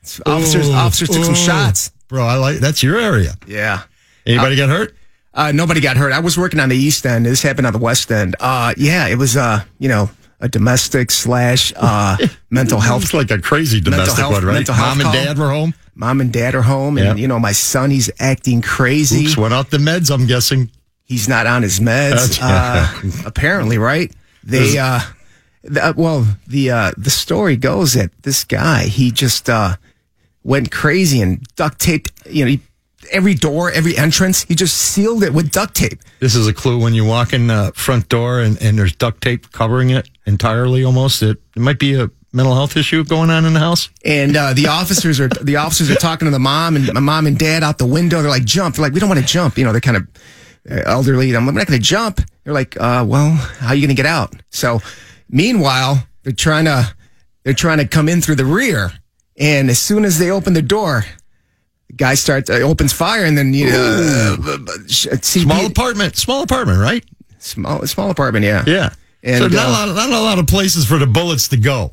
It's- Officers Ooh, officers took some ooh. shots. bro. I like that's your area. Yeah. Anybody get hurt? Uh, nobody got hurt. I was working on the East End. This happened on the West End. Uh, yeah, it was, uh, you know, a domestic slash uh, mental health. It's like a crazy Mental domestic health- one, right? mental Mom health and call. dad were home. Mom and dad are home, and Yeah. you know my son, he's acting crazy. Oops, went off the meds. I'm guessing. He's not on his meds. Okay. Uh, apparently, right? They, uh, the, uh, well, the uh, the story goes that this guy, he just uh, went crazy and duct taped. You know, he, every door, every entrance, he just sealed it with duct tape. This is a clue when you walk in the front door and, and there's duct tape covering it entirely almost. It, it might be a mental health issue going on in the house. And uh, the officers are the officers are talking to the mom and my mom and dad out the window. They're like, "Jump!" They're like, "We don't want to jump." You know, they're kind of uh, elderly. I'm like, "We're not going to jump." They're like, uh, "Well, how are you going to get out?" So, meanwhile, they're trying to they're trying to come in through the rear. And as soon as they open the door, the guy starts uh, opens fire, and then you know, uh, b- b- sh- CP Small apartment, small apartment, right? small small apartment, yeah, Yeah. so not, And, a uh, lot of, not a lot of places for the bullets to go.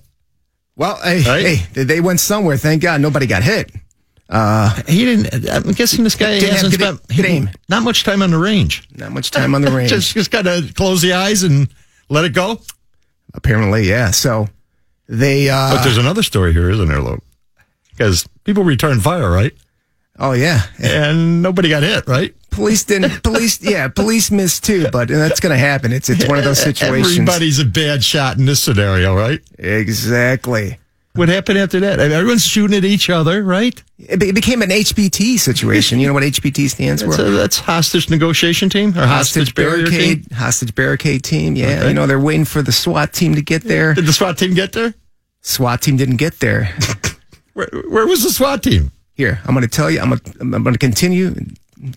Well, hey, Right? hey, they- they went somewhere. Thank God, nobody got hit. He didn't. I'm guessing this guy Didn't hasn't have good- spent good aim. not much time on the range. Not much time on the range. just just got to close the eyes and let it go. apparently yeah so they But uh there's another story here, isn't there, Lope? Because people return fire, right? oh yeah And nobody got hit, right? police didn't police yeah police missed too but that's gonna happen it's it's one of those situations Everybody's a bad shot in this scenario, right? exactly What happened after that? I mean, everyone's shooting at each other, right? it, be- it became an hbt situation you know what hbt stands for That's, a, that's hostage negotiation team or hostage, barrier team. hostage barricade team yeah Okay. you know they're waiting for the swat team to get there Did the SWAT team get there? swat team didn't get there Where, where was the SWAT team? here i'm gonna tell you i'm gonna, I'm gonna continue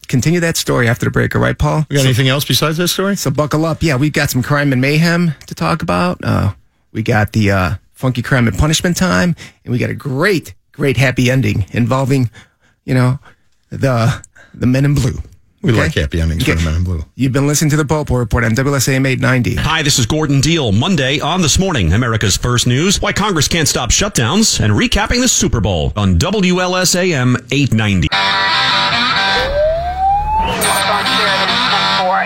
continue that story after the break all right paul We got anything else besides that story? So buckle up. Yeah, we've got some crime and mayhem to talk about. Uh, we got the uh, funky crime and punishment time, and we got a great, great happy ending involving, you know, the the men in blue. We like Okay? happy endings for Okay. the men in blue. You've been listening to the Popo Report on WSAM 890. Hi, this is Gordon Deal. Monday on This Morning, America's First News, Why Congress Can't Stop Shutdowns, and recapping the Super Bowl on WLSAM 890. Foxtrot Sierra, this is 10-4,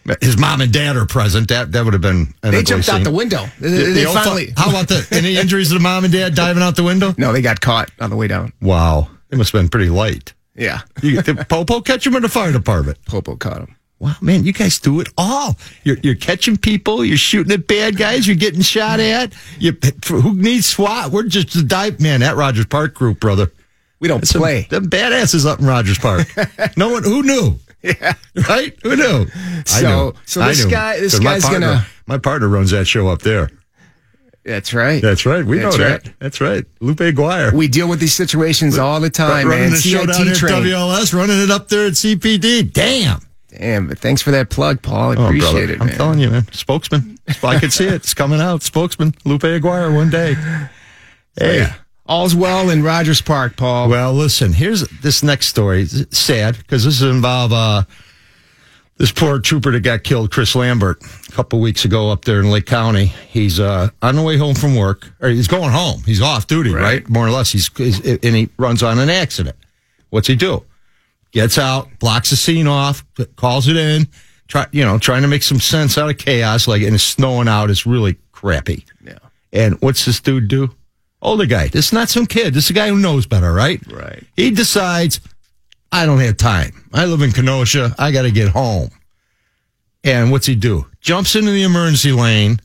But His mom and dad are present. That that would have been. An They ugly jumped out scene. the window. They, The- they the old fu- finally. how about the any injuries to the mom and dad diving out the window? no, they got caught on the way down. Wow, it must have been pretty light. Yeah. You, the Popo catch him in the fire department. Popo caught him. Wow, man, you guys do it all. You're, you're catching people. You're shooting at bad guys. You're getting shot at. You, who needs SWAT? We're just a dive man. That Rogers Park group, brother. We don't Some- play. them badasses up in Rogers Park. no one who knew. Yeah. Right? Who knew? So- so I this knew. guy- this 'Cause my guy's partner- gonna- My partner runs that show up there. That's right. That's right. We That's know right. that. That's right. Lupe Aguirre. We deal with these situations all the time, running man. the show CIT down here train. at WLS, running it up there at CPD. Damn. Damn, but thanks for that plug, Paul. I Oh, appreciate brother. it, I'm man. telling you, man. Spokesman. I could see it. It's coming out. Spokesman. Lupe Aguirre one day. Hey. All's well in Rogers Park, Paul. Well, listen, here's this next story. It's sad because this involve uh, this poor trooper that got killed, Chris Lambert, a couple weeks ago up there in Lake County. He's uh, on the way home from work, or he's going home. He's off duty, right? More or less. He's, he's and he runs on an accident. What's he do? Gets out, blocks the scene off, calls it in. Try, you know, trying to make some sense out of chaos. Like, and it's snowing out. It's really crappy. Yeah. And what's this dude do? Older guy. This is not some kid. This is a guy who knows better, right? Right. He decides, I don't have time. I live in Kenosha. I got to get home. And what's he do? Jumps into the emergency lane,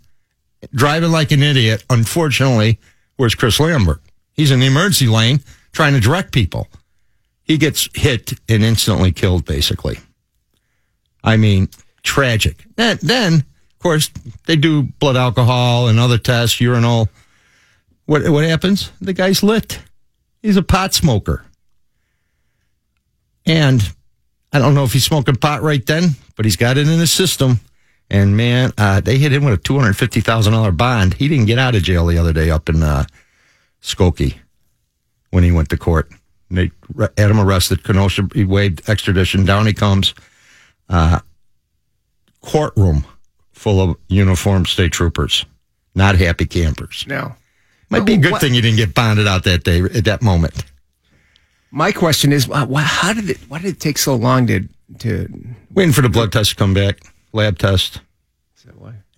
driving like an idiot. Unfortunately, where's Chris Lambert? He's in the emergency lane trying to direct people. He gets hit and instantly killed, basically. I mean, tragic. Then, then of course, they do blood alcohol and other tests, urinal. What, what happens? The guy's lit. He's a pot smoker. And I don't know if he's smoking pot right then, but he's got it in his system. And man, uh, they hit him with a two hundred fifty thousand dollar bond. He didn't get out of jail the other day up in uh, Skokie when he went to court. And they re- had him arrested. Kenosha he waived extradition. Down he comes. Uh, courtroom full of uniformed state troopers, not happy campers. now, Might be a good What- thing you didn't get bonded out that day at that moment. my question is, uh, why, how did it? Why did it take so long to to Waiting for the blood test to come back, lab test.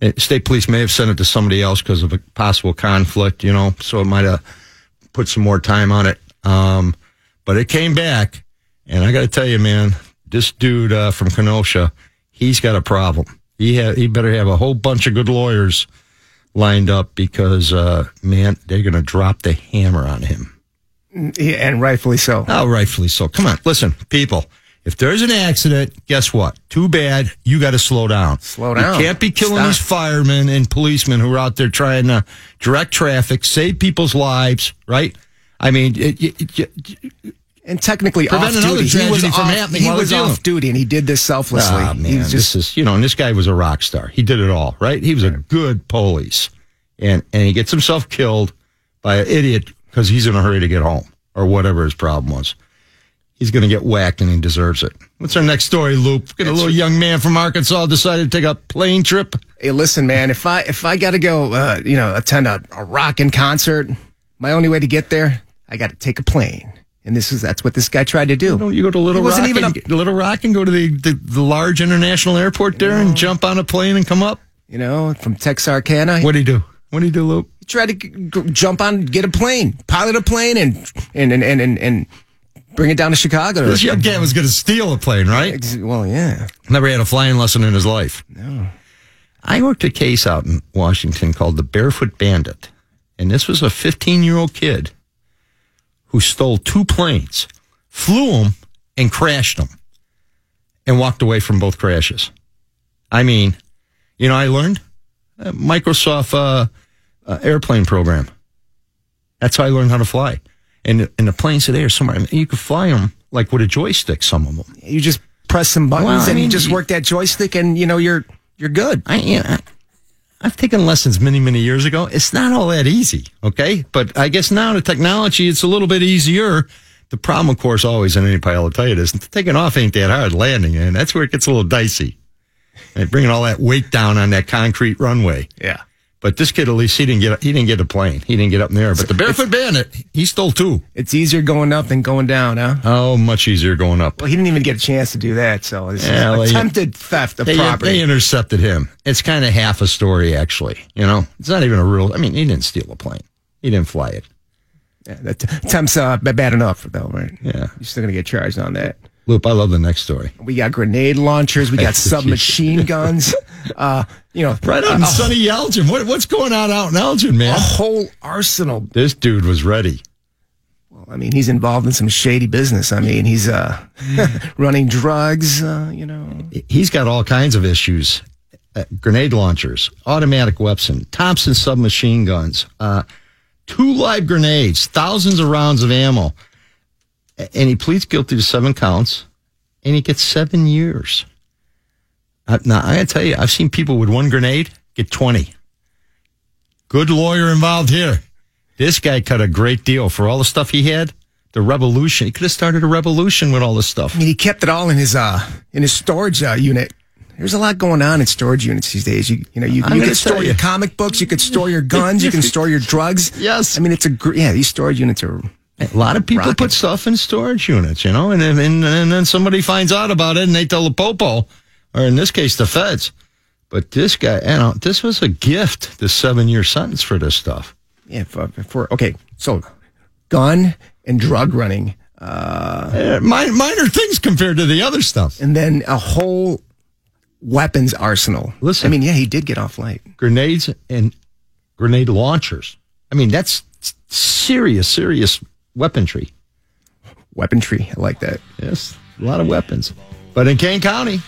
Eh, State police may have sent it to somebody else because of a possible conflict, you know, so it might have put some more time on it. Um, but it came back, and I got to tell you, man, this dude uh, from Kenosha, he's got a problem. He ha- he better have a whole bunch of good lawyers lined up because, uh, man, they're going to drop the hammer on him. yeah, and rightfully so. Oh, rightfully so. Come on. Listen, people, if there's an accident, guess what? Too bad. You got to slow down. Slow down. You can't be killing Stop. these firemen and policemen who are out there trying to direct traffic, save people's lives, right? I mean, it, it, it, And technically, Prevent off another duty. He tragedy was from off, happening he while was they're dealing. off duty, and he did this selflessly. Ah, man, he was this just is you know, and this guy was a rock star. He did it all, right? He was a good police, and and he gets himself killed by an idiot because he's in a hurry to get home or whatever his problem was. He's going to get whacked, and he deserves it. What's our next story, Loop? Got a little young man from Arkansas decided to take a plane trip. hey, listen, man. If I if I got to go, uh, you know, attend a, a rockin' concert, my only way to get there, I got to take a plane, and this is that's what this guy tried to do. Don't Oh, you go to Little He wasn't Rock? even and, Little Rock and go to the, the, the large international airport there and jump on a plane and come up. You know, from Texarkana, What do you do? What do you do, Loop? he tried to g- g- jump on, get a plane, pilot a plane, and and and and and, and bring it down to Chicago. This young guy was going to steal a plane, right? Ex- Well, yeah. Never had a flying lesson in his life. No. I worked a case out in Washington called the Barefoot Bandit. And this was a 15 year old kid who stole two planes, flew them, and crashed them, and walked away from both crashes. I mean, you know, I learned uh, Microsoft uh, uh, airplane program. That's how I learned how to fly. And, and the planes today are somewhere, I mean, you could fly them like with a joystick, some of them. You just press some buttons, Well, I and mean, you just you- work that joystick, and you know you're you're good. I, you know, I- I've taken lessons many, many years ago. It's not all that easy, okay? But I guess now the technology, it's a little bit easier. The problem, of course, always in any pile, I'll tell you this, taking off ain't that hard. Landing, and that's where it gets a little dicey. And bringing all that weight down on that concrete runway. Yeah. But this kid, at least, he didn't get he didn't get a plane. He didn't get up in there. But the barefoot bandit, he stole two. It's easier going up than going down, huh? Oh, much easier going up. Well, he didn't even get a chance to do that. So it's Yeah, well, you- attempted theft of They, uh, property. they intercepted him. It's kind of half a story, actually. You know, it's not even a real. I mean, he didn't steal a plane. He didn't fly it. Yeah, that attempts uh, b- bad enough though, right? Yeah. you're still gonna get charged on that. Loop, I love the next story. We got grenade launchers. We got submachine guns. Uh, you know, Right on, Oh. Sonny Elgin. What, what's going on out in Elgin, man? a whole arsenal. This dude was ready. Well, I mean, he's involved in some shady business. I mean, he's uh, running drugs. Uh, you know, He's got all kinds of issues uh, grenade launchers, automatic weapon, Thompson submachine guns, uh, two live grenades, thousands of rounds of ammo. A- And he pleads guilty to seven counts and he gets seven years. Uh, now, I gotta tell you, I've seen people with one grenade get 20. Good lawyer involved here. This guy cut a great deal for all the stuff he had. The revolution. He could have started a revolution with all this stuff. I mean, he kept it all in his uh, in his storage uh, unit. There's a lot going on in storage units these days. You, you know, you, I'm you gonna could store tell your you. comic books, you could store your guns, you can store your drugs. Yes. I mean, it's a gr- yeah. These storage units are A lot of people Rocket. put stuff in storage units, you know, and then and, and then somebody finds out about it and they tell the popo, or in this case, the feds. But this guy, you know, this was a gift, the seven year sentence for this stuff. yeah. For, for okay, so gun and drug running, uh, Eh, mi- minor things compared to the other stuff. and then a whole weapons arsenal. Listen. I mean, yeah, he did get off light. Grenades and grenade launchers. I mean, that's s- serious, serious weaponry. Weaponry, I like that. Yes, a lot of weapons. But in Kane County,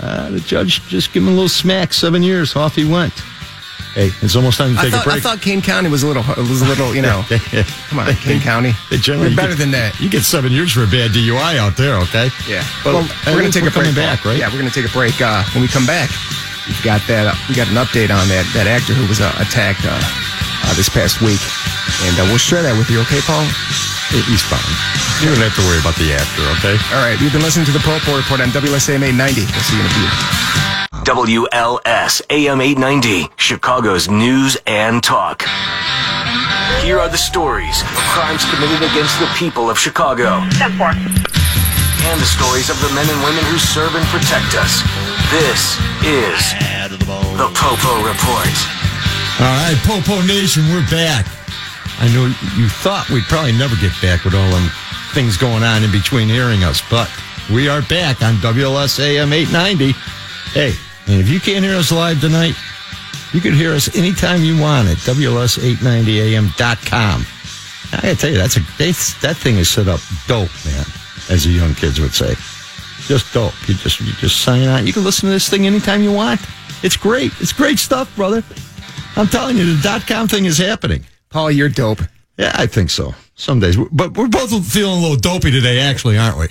uh, the judge just gave him a little smack, seven years, off he went. Hey, it's almost time to I take a thought, I break. thought Kane County was a little, it was a little, you know. come on, Kane County. They generally We're you better get- than that. You get seven years for a bad DUI out there, okay? Yeah. But well, we're going to take a coming break. uh, back, right? Yeah, we're going to take a break. Uh, when we come back, we've got that. Uh, we got an update on that that actor who was uh, attacked uh, uh, this past week, and uh, we'll share that with you. Okay, Paul. He's fine. You don't have to worry about the after, okay? All right. You've been listening to the Popo Report on WSMA 90. We'll see you in a few. WLS AM 890, Chicago's news and talk. Here are the stories of crimes committed against the people of Chicago. Ten four. and the stories of the men and women who serve and protect us. This is the Popo Report. All right, Popo Nation, we're back. I know you thought we'd probably never get back with all them things going on in between hearing us, but we are back on WLSAM 890. Hey, and if you can't hear us live tonight, you can hear us anytime you want at WLS890AM.com. I gotta tell you, that's a that's, that thing is set up dope, man, as the young kids would say. Just dope. You just you just sign on. You can listen to this thing anytime you want. It's great. It's great stuff, brother. I'm telling you, the dot com thing is happening. Paul, you're dope. Yeah, I think so. Some days, but we're both feeling a little dopey today, actually, aren't we?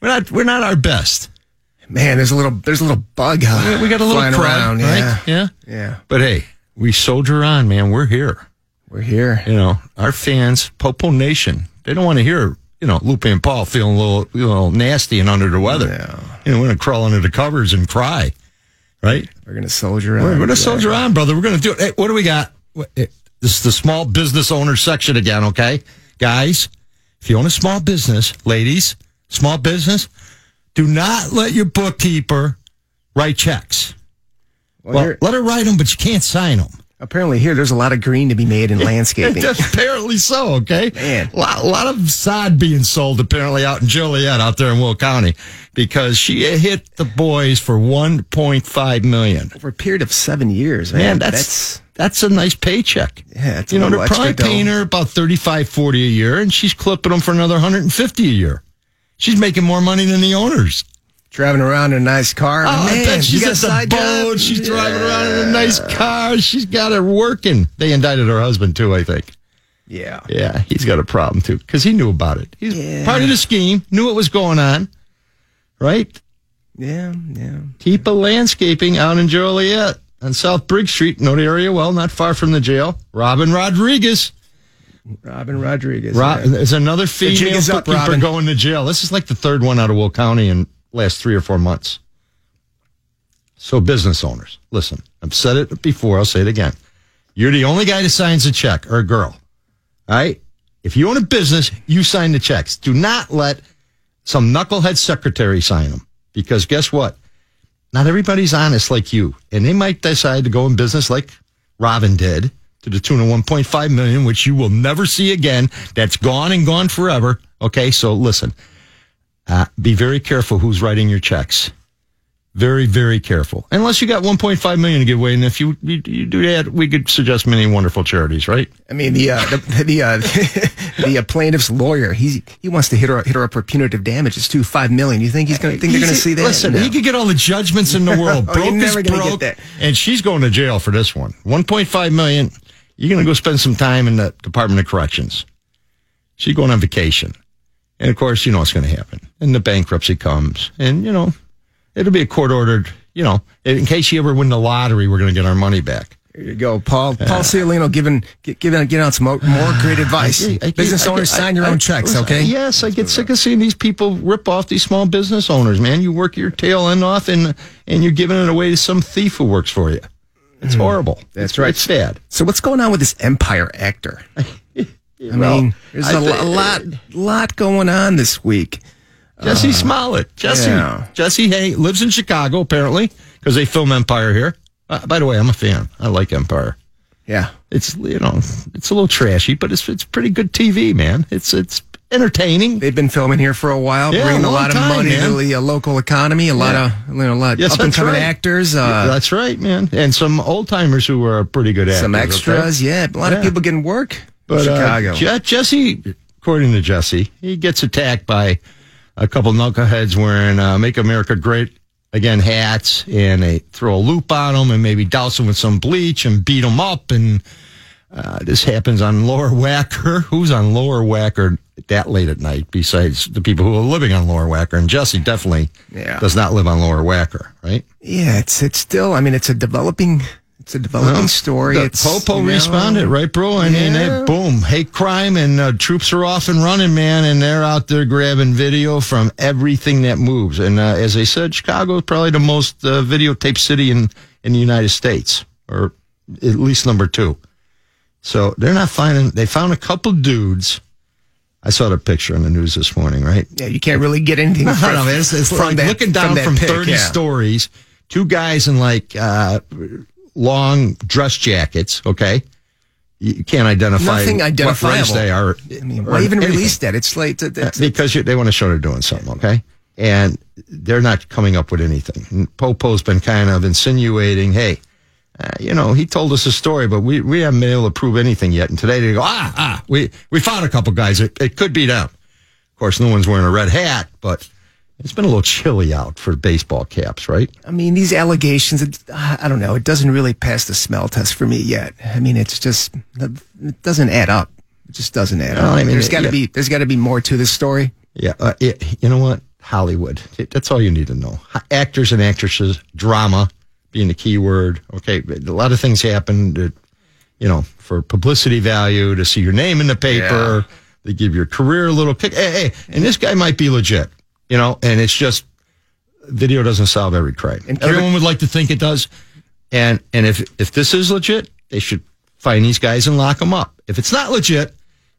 We're not. We're not our best. Man, there's a little there's a little bug. huh, We got a little flying crud, around. right? Yeah. yeah, Yeah. But hey, we soldier on, man. We're here. We're here. You know, our fans, Popo Nation, they don't want to hear you know Lupe and Paul feeling a little, you know, nasty and under the weather. No. You know, we're gonna crawl under the covers and cry, right? We're gonna soldier on. We're, going to Yeah. soldier on, brother. We're going to do it. Hey, what do we got? What- eh, This is the small business owner section again, okay? Guys, if you own a small business, ladies, small business, do not let your bookkeeper write checks. Well, Well, here- let her write them, but you can't sign them. apparently here there's a lot of green to be made in landscaping. apparently so, okay? Man. A lot, lot of sod being sold apparently out in Joliet, out there in Will County, because she hit the boys for 1.5 million. Over a period of seven years, man. Man, that's that's a nice paycheck. Yeah, it's a you know, little they're probably extra dough. paying her about 35, 40 a year, and she's clipping them for another 150 a year. She's making more money than the owners. driving around in a nice car. Oh, man, I bet you she's got a at the side boat. job? She's driving Yeah. around in a nice car. She's got it working. They indicted her husband too, I think. Yeah. Yeah, he's got a problem too because he knew about it. He's Yeah. part of the scheme, knew what was going on, right? Yeah, yeah. Tipa Landscaping out in Joliet on South Briggs Street. Know the area well, not far from the jail. Robin Rodriguez. Robin Rodriguez. Rob, yeah. there's another jig female is up, bookkeeper Robin. going to jail. This is like the third one out of Will County in last three or four months. So business owners, listen, I've said it before. I'll say it again. You're the only guy that signs a check or a girl. All right. If you own a business, you sign the checks. Do not let some knucklehead secretary sign them because guess what? Not everybody's honest like you, and they might decide to go in business like Robin did to the tune of 1.5 million, which you will never see again. That's gone and gone forever. Okay, so listen, uh, be very careful who's writing your checks. Very, very careful. Unless you got 1.5 million to give away, and if you, you you do that, we could suggest many wonderful charities, right? I mean the uh, the the, uh, the uh, plaintiff's lawyer. He he wants to hit her hit her up for punitive damages too, five million. You think he's gonna think they're gonna He's- see that? Listen, No. he could get all the judgments in the world. No, broke you're is never gonna get broke, that. and she's going to jail for this one. One point five million. You're going to go spend some time in the Department of Corrections. She's going on vacation, and of course, you know what's going to happen. And the bankruptcy comes, and you know, it'll be a court ordered. You know, in case you ever win the lottery, we're going to get our money back. There you go, Paul. Paul Ciolino giving gi- giving giving out some more, more great advice. I- I- Business I- owners, I- sign your I- own checks, listen, okay? Yes, I get sick of seeing these people rip off these small business owners. Man, you work your tail end off, and and you're giving it away to some thief who works for you. It's horrible. Hmm. That's It's- right. It's sad. So what's going on with this Empire actor? I Well, mean, there's I a, lo- thi- a lot lot going on this week. Jesse Smollett. Jesse. Uh-huh. yeah. Jesse Hay lives in Chicago apparently because they film Empire here. Uh, by the way, I'm a fan. I like Empire. Yeah, It's you know it's a little trashy, but it's it's pretty good TV, man. It's it's entertaining. they've been filming here for a while, Yeah, bringing a a long lot of time, money man. to the uh, local economy. A lot of you know, a lot Yes, up and that's coming right. actors. Uh, That's right, man. And some old timers who are pretty good at some extras. Yeah, a lot Yeah. of people getting work. But, uh, Chicago. Je- Jesse, according to Jesse, he gets attacked by a couple knuckleheads wearing uh, "Make America Great Again" hats, and they throw a loop on him, and maybe douse him with some bleach and beat him up. And uh, this happens on Lower Wacker. Who's on Lower Wacker that late at night? Besides the people who are living on Lower Wacker, and Jesse definitely Yeah. does not live on Lower Wacker, right? yeah, it's it's still. I mean, it's a developing. It's a developing story. The It's Popo you know, responded, right, bro? And, and Yeah. that, boom, hate crime, and uh, troops are off and running, man. And they're out there grabbing video from everything that moves. And uh, as I said, Chicago is probably the most uh, videotaped city in, in the United States, or at least number two. So they're not finding, they found a couple dudes. I saw the picture in the news this morning, right? Yeah, you can't really get anything I from, don't know, It's, it's from like that- looking down that from, pic, 30 yeah. stories, two guys in like uh, long dress jackets, okay? You can't identify Nothing what race identifiable. they are. I mean, or why even anything. release that? It's like that- that's- Because you, they want to show they're doing something, okay? And they're not coming up with anything. And Popo's been kind of insinuating, hey, uh, you know, he told us a story, but we, we haven't been able to prove anything yet. And today they go, ah, ah, we, we found a couple guys. It, it could be them. Of course, no one's wearing a red hat, but it's been a little chilly out for baseball caps, right? I mean, these allegations, it, uh, I don't know. It doesn't really pass the smell test for me yet. I mean, it's just, it doesn't add up. It just doesn't add up. I mean, there's got to yeah. be, there's got to be more to this story. Yeah. Uh, it, you know what? Hollywood. It- that's all you need to know. H- Actors and actresses, drama being the key word. Okay. A lot of things happen, that, you know, for publicity value, to see your name in the paper, they give your career a little kick. Hey, hey, and this guy might be legit, you know, and it's just video doesn't solve every crime. And Kevin- Everyone would like to think it does. And, and if, if this is legit, they should find these guys and lock them up. If it's not legit,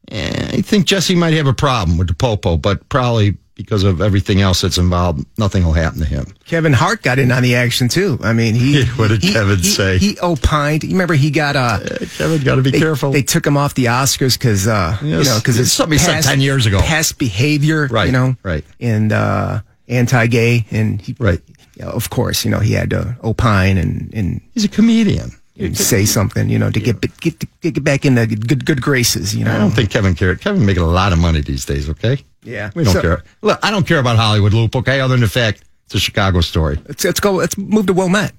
Eh, I think Jesse might have a problem with the Popo, but probably because of everything else that's involved, nothing will happen to him. Kevin Hart got in on the action too. I mean, he, What did he- Kevin he- say? He opined. You remember he got, uh, Kevin, got to be they, careful. They took him off the Oscars because uh, you Yes, know because it's it's something he said 10 years ago. Past behavior, Right, You know, right. and uh, anti-gay, and he, Right. you know, of course, you know he had to opine and and, He's a comedian. and say something, you know, to get get to get back in the good good graces, you know. I don't think Kevin cared. Kevin making a lot of money these days. Okay. Yeah. We don't So- care. Look, I don't care about Hollywood Loop. Okay, other than the fact it's a Chicago story. Let's, let's go. Let's move to Wilmette.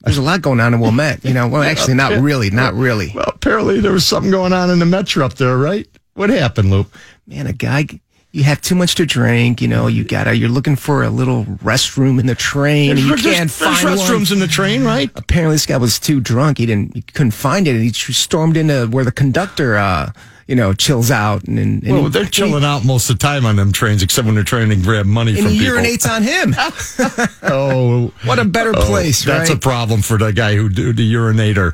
There's a lot going on in Wilmette, you know. Well, actually, not really, not really. Well, apparently there was something going on in the metro up there, right? What happened, Loop? man, a guy, you have too much to drink. You know, you gotta, you're looking for a little restroom in the train, and you There's- can't there's find one. restrooms in the train, right? Apparently, this guy was too drunk. He didn't, he couldn't find it, and he stormed into where the conductor, uh, you know, chills out, and, and, and Well, he- they're chilling out most of the time on them trains, except when they're trying to grab money And from he people. urinates on him. Oh, What a better Oh, place, That's right? a problem for the guy who do the urinator.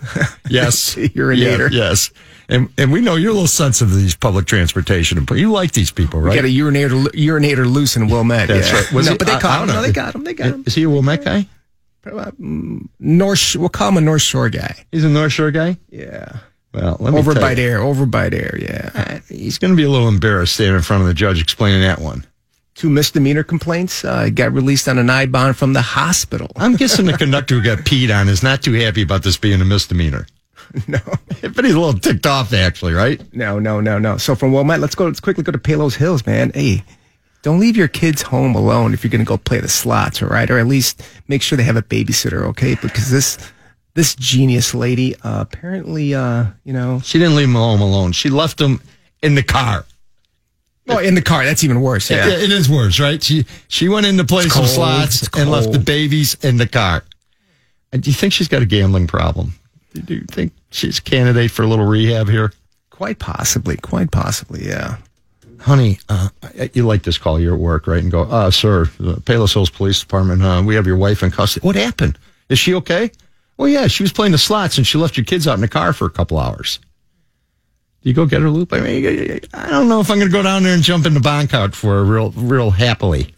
Yes, The urinator. Yeah, yes, and and we know you're a little sensitive to these public transportation, but you like these people, right? Got a urinator, urinator loose in Wilmette. That's yeah. right. Was no, he- but they I- I caught him. don't No, know. they got him. They got him. Is he a Wilmette guy? North, Sh- we'll call him a North Shore guy. He's a North Shore guy. Yeah. Well, let me Over tell by you, there. Over by there. Yeah. he's going to be a little embarrassed standing in front of the judge explaining that one. Two misdemeanor complaints. Uh, got released on an I bond from the hospital. I'm guessing the conductor who got peed on is not too happy about this being a misdemeanor. No, But he's a little ticked off, actually, right? no, no, no, no. So from Wilmette, let's go. Let's quickly go to Palos Hills, man. Hey, don't leave your kids home alone if you're going to go play the slots, all right? Or at least make sure they have a babysitter, okay? Because this this genius lady uh, apparently, uh, you know, She didn't leave him home alone. She left him in the car. oh, in the car. That's even worse. Yeah. It- it is worse, right? She she went in to play some cold. slots It's and left the cold. babies in the car. And do you think she's got a gambling problem? Do you think she's a candidate for a little rehab here? quite possibly, quite possibly, yeah. Honey, uh, I- you like this call. You're at work, right? And go, uh, sir, the Palos Hills Police Department, uh, we have your wife in custody. What happened? Is she okay? Well, yeah, she was playing the slots and she left your kids out in the car for a couple hours. Do you go get her, Loop? I mean, I don't know if I'm going to go down there and jump in the bank out for her real, real happily.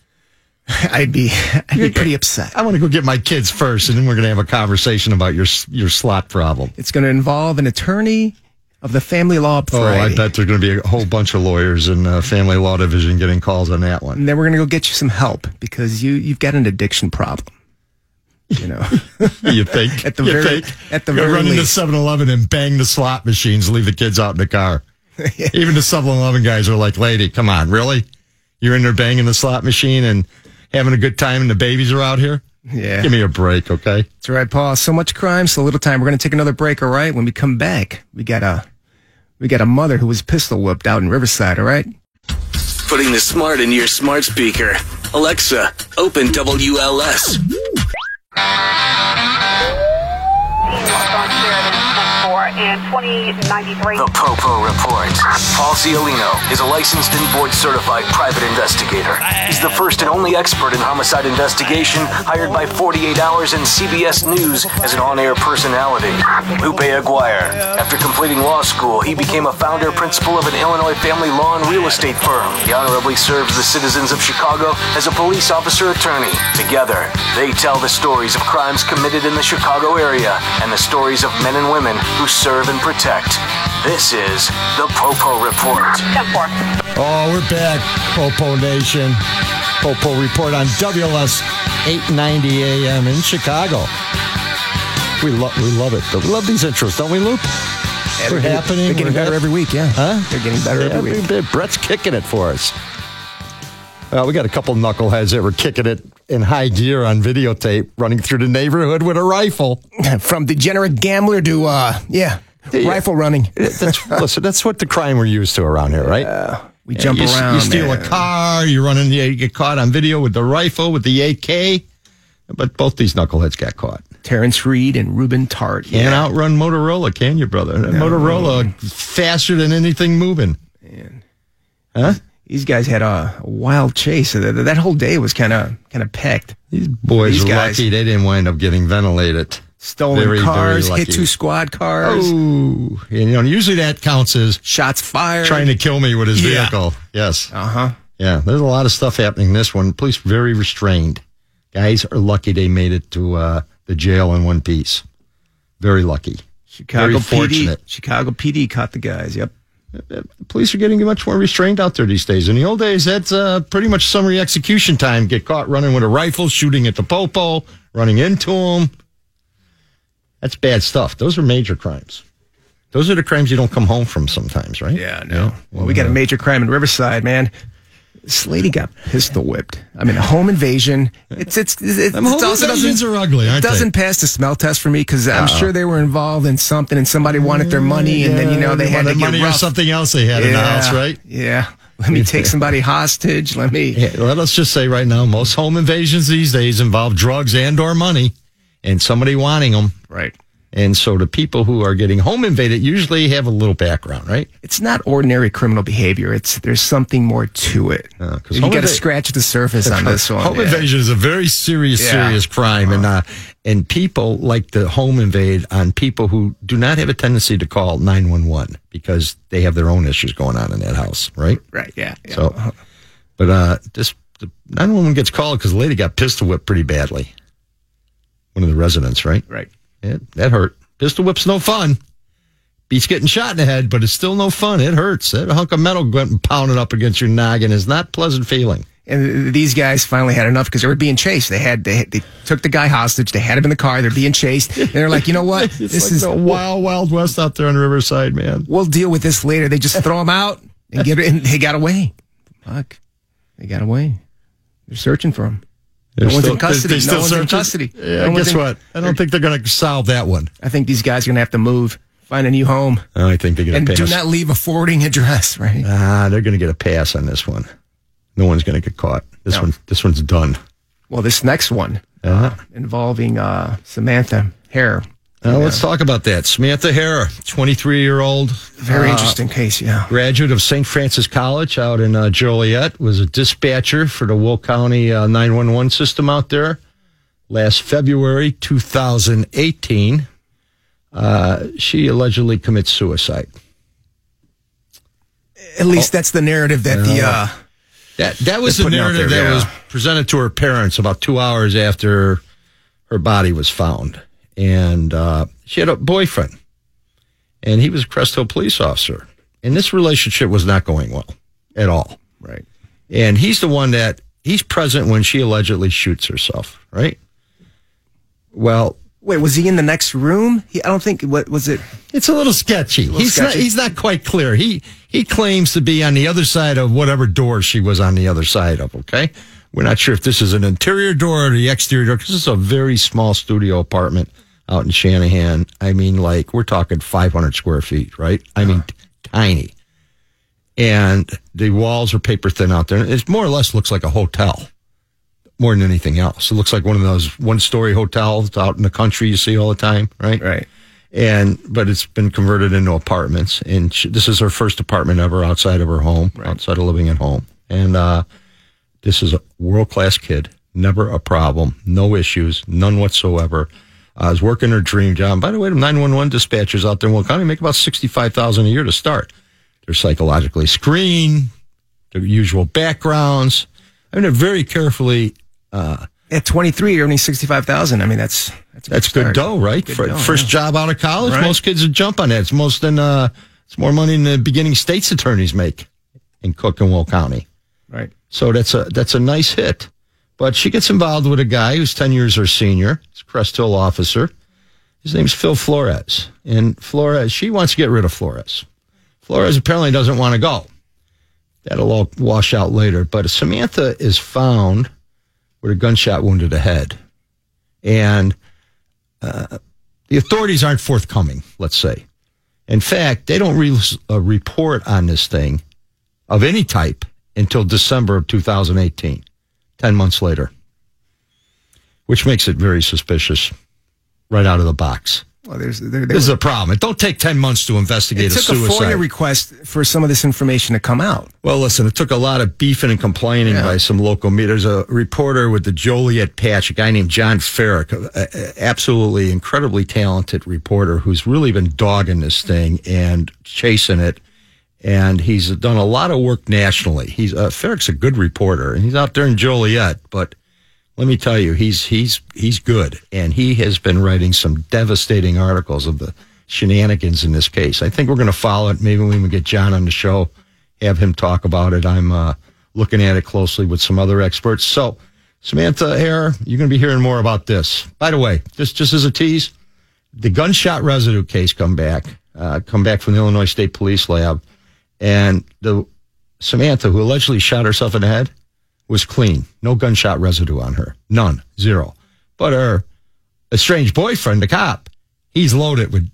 I'd be, I'd be pretty upset. I want to go get my kids first, and then we're going to have a conversation about your your slot problem. It's going to involve an attorney of the family law. Oh, I variety. bet there's going to be a whole bunch of lawyers in uh, family law division getting calls on that one. and then we're gonna go get you some help because you you've got an addiction problem. You know, You think? At the you very- think? at the Go very run into least. 7-Eleven and bang the slot machines, leave the kids out in the car. Even the 7-Eleven guys are like, "Lady, come on, really? You're in there banging the slot machine and having a good time, and the babies are out here? Yeah. give me a break, okay?" that's right, Paul. So much crime, so little time. We're gonna take another break. All right, when we come back, we got a we got a mother who was pistol whipped out in Riverside. All right. Putting the smart in your smart speaker. Alexa, open WLS. Email from Sheridan 10 and 2093. The Popo Report. Paul Ciolino is a licensed and board certified private investigator. He's the first and only expert in homicide investigation hired by 48 Hours and CBS News as an on air personality. Lupe Aguirre. After completing law school, he became a founder principal of an Illinois family law and real estate firm. He honorably serves the citizens of Chicago as a police officer attorney. Together, they tell the stories of crimes committed in the Chicago area and the stories of men and women who serve and protect. This is the Popo Report. 10-4. Oh, we're back, Popo Nation. Popo Report on WLS 890 AM in Chicago. We love we love it. We love these intros, don't we, Luke? We're happening. They're getting we're hap- better every week, yeah. Huh? They're getting better Yeah, every week. we- Brett's kicking it for us. Uh, we got a couple knuckleheads that were kicking it in high gear on videotape, running through the neighborhood with a rifle. From degenerate gambler to, uh, yeah, Yeah. rifle running. That's, listen, that's what the crime we're used to around here, right? We jump you, s- around. You steal man. a car. You run in. You get caught on video with the rifle, with the AK. But both these knuckleheads got caught. Terrence Reed and Ruben Tart. Can't outrun Motorola, can you, brother? Motorola faster than anything moving. These guys had a, a wild chase. That, that whole day was kind of kind of packed. These boys These are guys- lucky they didn't wind up getting ventilated. Stolen Very, very cars, lucky. hit two squad cars, Oh, and, you know, usually that counts as shots fired. trying to kill me with his Yeah. vehicle. Yes. Uh huh. Yeah, there's a lot of stuff happening in this one. Police very restrained. Guys are lucky they made it to uh, the jail in one piece. Very lucky. Chicago Very PD. fortunate. Chicago PD caught the guys. Yep. The Uh, police are getting much more restrained out there these days. In the old days, that's uh, pretty much summary execution time. Get caught running with a rifle, shooting at the popo, running into him. That's bad stuff. Those are major crimes. Those are the crimes you don't come home from sometimes, right? Yeah, no. Well, we uh, got a major crime in Riverside, man. This lady got pistol whipped. I mean, a home invasion. It's it's it's, it's home also invasions doesn't- are ugly, aren't it doesn't pass the smell test for me because I'm sure they were involved in something and somebody wanted their money and then you know they had Well, to the get money rough. or something else they had in the house, right? Yeah. Let me take somebody hostage. Let me. Yeah, let us just say right now, most home invasions these days involve drugs and or money, and somebody wanting them. Right. And so the people who are getting home invaded usually have a little background, right? It's not ordinary criminal behavior. It's there's something more to it. Uh, 'cause you home got to inva- scratch the surface on this one. Home yeah. invasion is a very serious, Yeah. serious crime, and uh, and people like to home invade on people who do not have a tendency to call nine one one because they have their own issues going on in that house, right? Right. Yeah. yeah. So, but uh, this the nine one one gets called because the lady got pistol whipped pretty badly. One of the residents, right? Right. Yeah, that hurt. Pistol whip's no fun. Beats getting shot in the head, but it's still no fun. It hurts. That hunk of metal going pounding up against your noggin is not pleasant feeling. And these guys finally had enough because they were being chased. They had they, they took the guy hostage. They had him in the car. They're being chased. And they're like, you know what? It's this like is the wild, wild west out there on Riverside, man. we'll deal with this later. They just throw him out and get and they got away. Fuck, they got away. They're searching for him. They're no one's still- in custody. they- they no still one's in searching? custody. Yeah, No one's guess in- what? I don't think they're going to solve that one. I think these guys are gonna have to move, find a new home, I think they're going and to pass. do not leave a forwarding address. Right? ah, they're going to get a pass on this one. No one's going to get caught. This No. one, this one's done. Well, this next one Uh-huh. involving uh, Samantha Hare. Now, let's talk about that. Samantha Hare, 23 year old Very interesting case. Yeah. graduate of St. Francis College out in uh, Joliet, was a dispatcher for the Will County uh, 911 system out there. Last February 2018, uh, she allegedly commits suicide. At least that's the narrative that the. Oh. Uh, That that was They're the putting out narrative there, that yeah. was presented to her parents about two hours after her body was found, and uh, she had a boyfriend, and he was a Crest Hill police officer, and this relationship was not going well at all. Right. and he's the one that he's present when she allegedly shoots herself, right? Well, Wait, was he in the next room? He, I don't think. What was it? it's a little sketchy. he's not sketchy. he's not quite clear. He he claims to be on the other side of whatever door she was on the other side of, okay? We're not sure if this is an interior door or the exterior door cuz this is a very small studio apartment out in Shanahan. I mean like we're talking 500 square feet, right? I mean tiny. And the walls are paper thin out there. It more or less looks like a hotel. More than anything else. It looks like one of those one story hotels out in the country you see all the time, right? and but it's been converted into apartments. And she, this is her first apartment ever outside of her home, outside of living at home. And uh, this is a world class kid, never a problem, no issues, none whatsoever. Uh, I was working her dream job. By the way, the 911 dispatchers out there in Will County make about 65000 a year to start. They're psychologically screened, their usual backgrounds. I mean, they're very carefully At 23, you're earning 65,000. I mean, that's that's a That's good start. dough, right? For, dough, first job out of college, Right. most kids would jump on that. It's most than uh, it's more money than the beginning state's attorneys make in Cook and Will County. Right. So that's a that's a nice hit. But she gets involved with a guy who's ten years her senior. He's a Crest Hill officer. His name's Phil Flores, and Flores she wants to get rid of Flores. Flores apparently doesn't want to go. That'll all wash out later. But Samantha is found with a gunshot wound to the head, and uh, the authorities aren't forthcoming, let's say. In fact, they don't re- uh, report on this thing of any type until December of 2018, 10 months later, which makes it very suspicious right out of the box. Well, there's, there, there This is a problem. It don't take 10 months to investigate it a took a suicide. FOIA request for some of this information to come out. Well, listen, it took a lot of beefing and complaining by some local media. There's a reporter with the Joliet Patch, a guy named John Farrick, a- a- absolutely incredibly talented reporter who's really been dogging this thing and chasing it. And he's done a lot of work nationally. He's uh, Farrick's a good reporter, and he's out there in Joliet. But let me tell you, he's he's he's good, and he has been writing some devastating articles of the shenanigans in this case. I think we're going to follow it. Maybe we can get John on the show, have him talk about it. I'm uh, looking at it closely with some other experts. So, Samantha Hare, you're going to be hearing more about this. By the way, just just as a tease, the gunshot residue case come back, uh, come back from the Illinois State Police lab, and the Samantha who allegedly shot herself in the head was clean, no gunshot residue on her, none, zero. But her estranged boyfriend, the cop, he's loaded with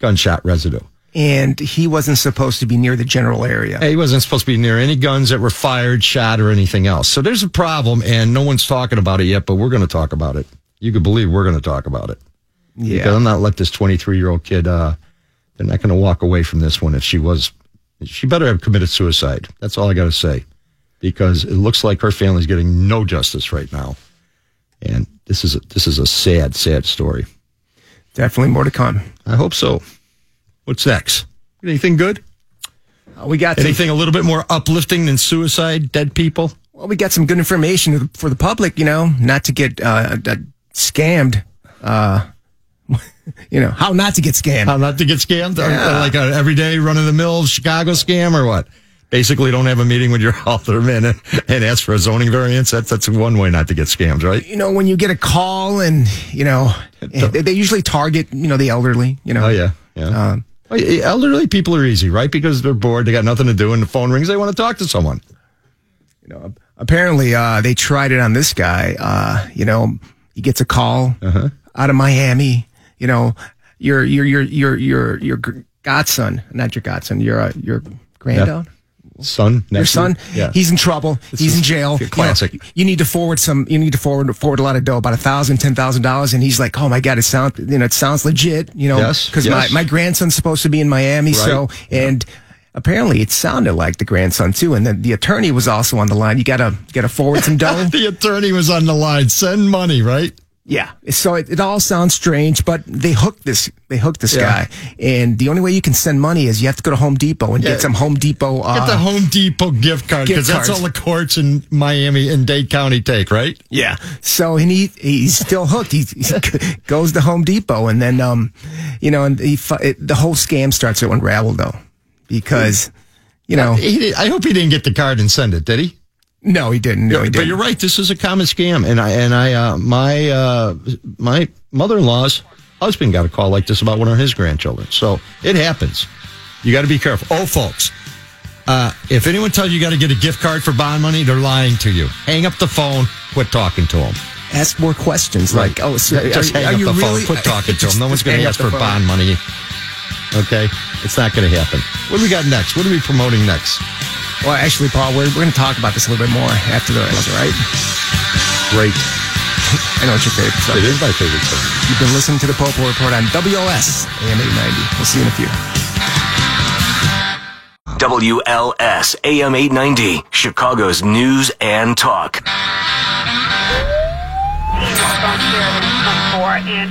gunshot residue. And he wasn't supposed to be near the general area. He wasn't supposed to be near any guns that were fired, shot, or anything else. So there's a problem, and no one's talking about it yet. But we're going to talk about it. You can believe we're going to talk about it. because yeah. I'm not let this 23 year old kid. Uh, they're not going to walk away from this one if she was. She better have committed suicide. That's all I got to say, because it looks like her family's getting no justice right now, and this is a, this is a sad, sad story. Definitely more to come. I hope so. What's next? Anything good? Uh, we got some, Anything a little bit more uplifting than suicide, dead people? well, we got some good information to the- for the public, you know, not to get uh, uh, scammed. Uh, you know, how not to get scammed. How not to get scammed? Or- or Like an everyday run of the mill Chicago scam or what? Basically, don't have a meeting with your alderman and, and ask for a zoning variance. That's, that's one way not to get scammed, right? you know, when you get a call and, you know, they, they usually target, you know, the elderly, you know. Oh, yeah. Yeah. Um, Oh, yeah, Elderly people are easy, right? Because they're bored. They got nothing to do and the phone rings. They want to talk to someone. You know, apparently, uh, they tried it on this guy. Uh, you know, he gets a call out of Miami, you know, your, your, your, your, your, your gr- godson, not your godson, your, uh, your granddaughter. Son, Your nephew. son, Yeah. he's in trouble. he's in jail. You know, classic. you need to forward some. You need to forward forward a lot of dough, about a thousand, ten thousand dollars. And he's like, "Oh my god, it sounds you know, it sounds legit." You know, Yes, because yes. my my grandson's supposed to be in Miami, so and apparently it sounded like the grandson too. And then the attorney was also on the line. You gotta you gotta forward some dough. the attorney was on the line. Send money, right? yeah. So it, it all sounds strange, but they hooked this they hooked this Yeah. guy. And the only way you can send money is you have to go to Home Depot and Yeah. get some Home Depot. Uh, Get the Home Depot gift card because Gift that's all cards. the courts in Miami and Dade County take, right? Yeah. So and he he's still hooked. He, he goes to Home Depot and then um, you know, and he fi- it, the whole scam starts to unravel though, because you know, He did, I hope he didn't get the card and send it, did he? no, he didn't. No, he but didn't. you're right. This is a common scam, and I and I uh, my uh, my mother-in-law's husband got a call like this about one of his grandchildren. So it happens. You got to be careful. Oh, folks, uh, if anyone tells you you got to get a gift card for bond money, they're lying to you. Hang up the phone. Quit talking to them. Ask more questions. Like, oh, so just are, hang are up you the really? phone. Quit talking to them. No one's Just going to hang up ask the for phone. bond money. Okay, it's not going to happen. What do we got next? What are we promoting next? Well, actually, Paul, we're, we're going to talk about this a little bit more after the all right? Great. I know it's your favorite. So It is my favorite song. you've been listening to the Popo Report on WOS AM 890. We'll see you in a few. WLS AM 890, Chicago's news and talk. Phone share number 4 and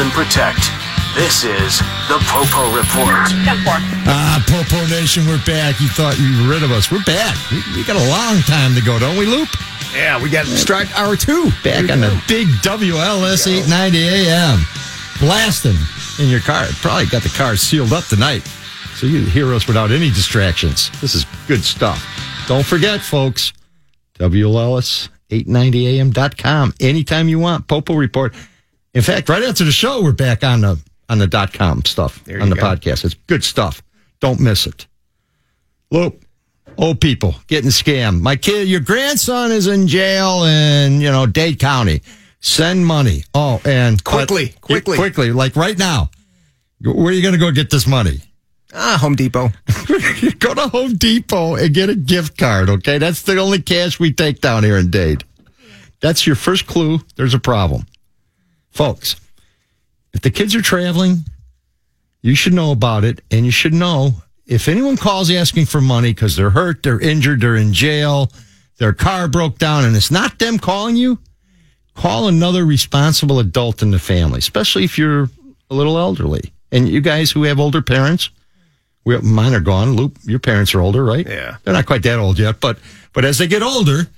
and protect. This is the Popo Report. 10-4. Ah, Popo Nation, we're back. You thought you were rid of us. We're back. We, we got a long time to go, don't we, Loop? Yeah, we got strike hour two. Back on the big WLS 890 AM. Blasting in your car. Probably got the car sealed up tonight. So you hear us without any distractions. This is good stuff. Don't forget, folks, WLS890AM.com. Anytime you want, Popo Report. In fact, right after the show, we're back on the on the dot com stuff There on you the go. podcast. It's good stuff. Don't miss it. Look, old people getting scammed. My kid, your grandson is in jail in you know Dade County. Send money. Oh, and Quickly, quickly. quickly, like right now. Where are you going to go get this money? Ah, Home Depot. go to Home Depot and get a gift card, okay? That's the only cash we take down here in Dade. That's your first clue. There's a problem. Folks, if the kids are traveling, you should know about it and you should know if anyone calls asking for money because they're hurt, they're injured, they're in jail, their car broke down, and it's not them calling you, call another responsible adult in the family, especially if you're a little elderly. And you guys who have older parents, we, mine are gone. Luke, your parents are older, right? Yeah. They're not quite that old yet, but but as they get older,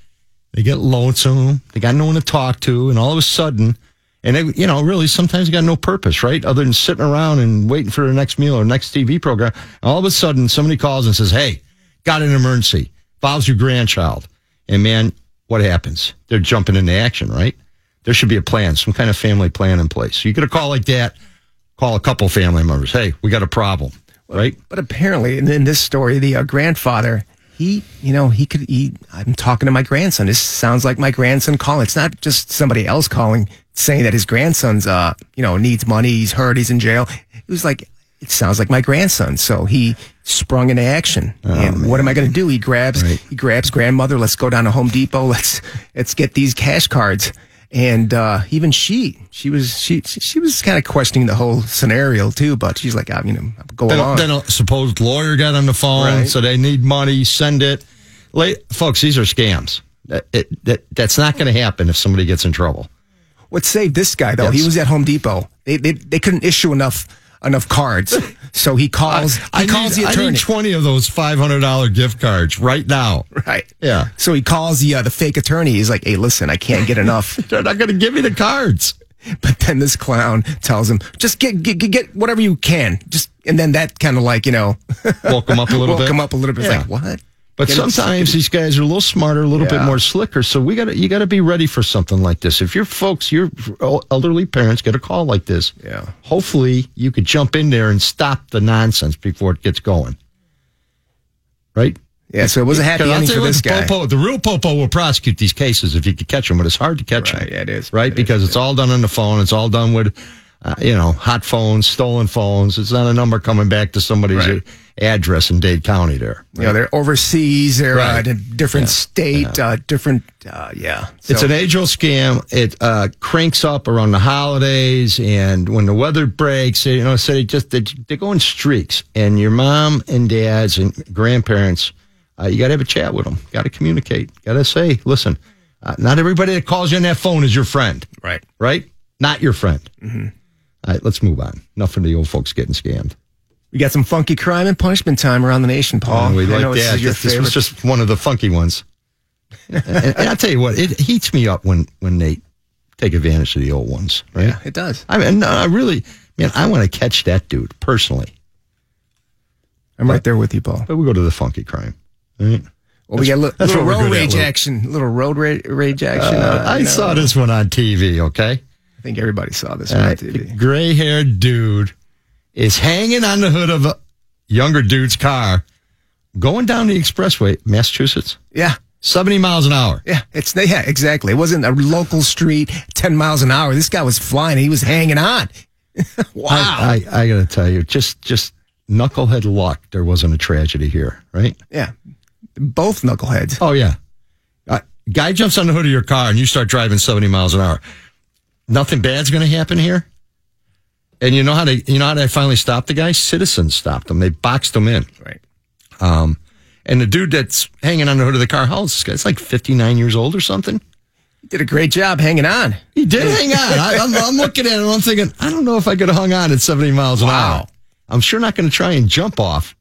they get lonesome. They got no one to talk to, and all of a sudden, and they, you know, really, sometimes you got no purpose, right? Other than sitting around and waiting for the next meal or next TV program. All of a sudden, somebody calls and says, "Hey, got an emergency. Bob's your grandchild." And man, what happens? They're jumping into action, right? There should be a plan, some kind of family plan in place. You get a call like that, call a couple family members. Hey, we got a problem, right? But apparently, in, in this story, the uh, grandfather, he, you know, he could, he, I'm talking to my grandson. This sounds like my grandson calling. It's not just somebody else calling saying that his grandson's, uh, you know, needs money. He's hurt. He's in jail. It was like, it sounds like my grandson. So he sprung into action. and what am I going to do? He grabs, Right. he grabs grandmother. Let's go down to Home Depot. Let's, let's get these cash cards. And uh, even she, she was she she she was kind of questioning the whole scenario too. But she's like, I mean, I'm going Then, on. then a supposed lawyer got on the phone, Right. so they need money. Send it, Late, folks. These are scams. That, it, that that's not going to happen if somebody gets in trouble. What saved this guy though? He Yes. was at Home Depot. They they, they couldn't issue enough enough cards, so he calls. He calls need, the I attorney. need twenty of those five hundred dollar gift cards right now. right. Yeah. So he calls the uh, the fake attorney. He's like, "Hey, listen, I can't get enough." They're not going to give me the cards. but then this clown tells him, "Just get get, get- get whatever you can." Just and then that kind of like you know, Woke them up a little woke bit. him up a little bit. It's Yeah. like what? But Get it- sometimes these guys are a little smarter, a little bit Yeah. more slicker. So we got to you got to be ready for something like this. If your folks, your elderly parents get a call like this, Yeah. hopefully you could jump in there and stop the nonsense before it gets going. Right? Yeah. So it was a happy 'Cause I'll ending tell for you what, this the guy. Popo, the real popo will prosecute these cases if you could catch them, but it's hard to catch them. Right, yeah, it is. Right, It is, because it's all done on the phone. It's all done with, uh, you know, hot phones, stolen phones. It's not a number coming back to somebody's Right. uh, address in Dade County. There, You know, they're overseas. They're Right. uh, in a different state. Uh, different. Uh, yeah. It's So- an age old scam. It uh, cranks up around the holidays and when the weather breaks. You know, so they just they, they go in streaks. And your mom and dads and grandparents, uh, you got to have a chat with them. Got to communicate. Got to say, listen, uh, not everybody that calls you on that phone is your friend, right. right? Not your friend. All right, let's move on. Enough of the old folks getting scammed. We got some funky crime and punishment time around the nation, Paul. And Oh, we Oh, I like know this that. is your This, this was favorite. just one of the funky ones. and, and I'll tell you what, it heats me up when when they take advantage of the old ones. Right? Yeah, it does. I mean, no, I really, man, I want to catch that dude personally. I'm right there with you, Paul. But we go to the funky crime. Right? Well, we got a little, that's little what we're road good at, rage Luke. action. Little road ra- rage action. Uh, uh, I you know. saw this one on TV. Okay, I think everybody saw this one on Uh, TV. Gray haired dude is hanging on the hood of a younger dude's car going down the expressway, Massachusetts, Yeah. 70 miles an hour. Yeah, it's yeah, exactly. It wasn't a local street, ten miles an hour. This guy was flying. He was hanging on. wow. I, I, I got to tell you, just just knucklehead luck. There wasn't a tragedy here, right? yeah, both knuckleheads. Oh yeah, uh, guy jumps on the hood of your car and you start driving seventy miles an hour. Nothing bad's going to happen here. And you know how they you know how they finally stopped the guy? Citizens stopped him. They boxed him in. Um, Right. And the dude that's hanging on the hood of the car, how old is this guy? It's like fifty nine years old or something. You did a great job hanging on. He did hang on. I, I'm, I'm looking at him. I'm thinking, I don't know if I could have hung on at 70 miles an hour. I'm sure not going to try and jump off.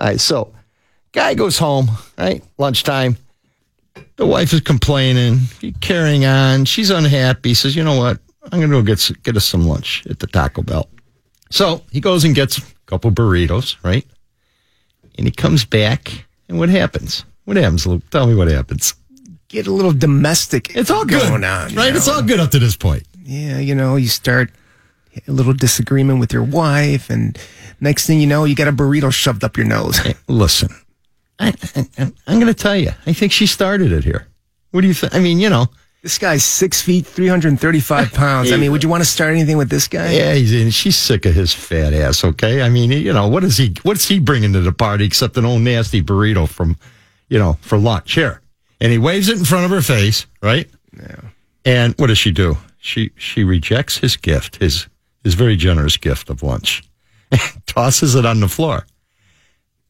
All right. So, guy goes home, right? Lunchtime. The wife is complaining, carrying on. She's unhappy. Says, you know what? I'm going to go get, s- get us some lunch at the Taco Bell. So he goes and gets a couple burritos, right? And he comes back. And what happens? What happens, Luke? Tell me what happens. Get a little domestic. It's all good. going on, you right? know? It's all good up to this point. yeah, you know, you start a little disagreement with your wife, and next thing you know, you got a burrito shoved up your nose. listen, I, I, I'm going to tell you, I think she started it here. What do you think? I mean, you know, this guy's six feet, 335 pounds. I mean, would you want to start anything with this guy? yeah, he's in, she's sick of his fat ass. Okay, I mean, you know, what is he? What's he bringing to the party except an old nasty burrito from, you know, for lunch here? And he waves it in front of her face, right? Yeah. And what does she do? She she rejects his gift, his his very generous gift of lunch, tosses it on the floor.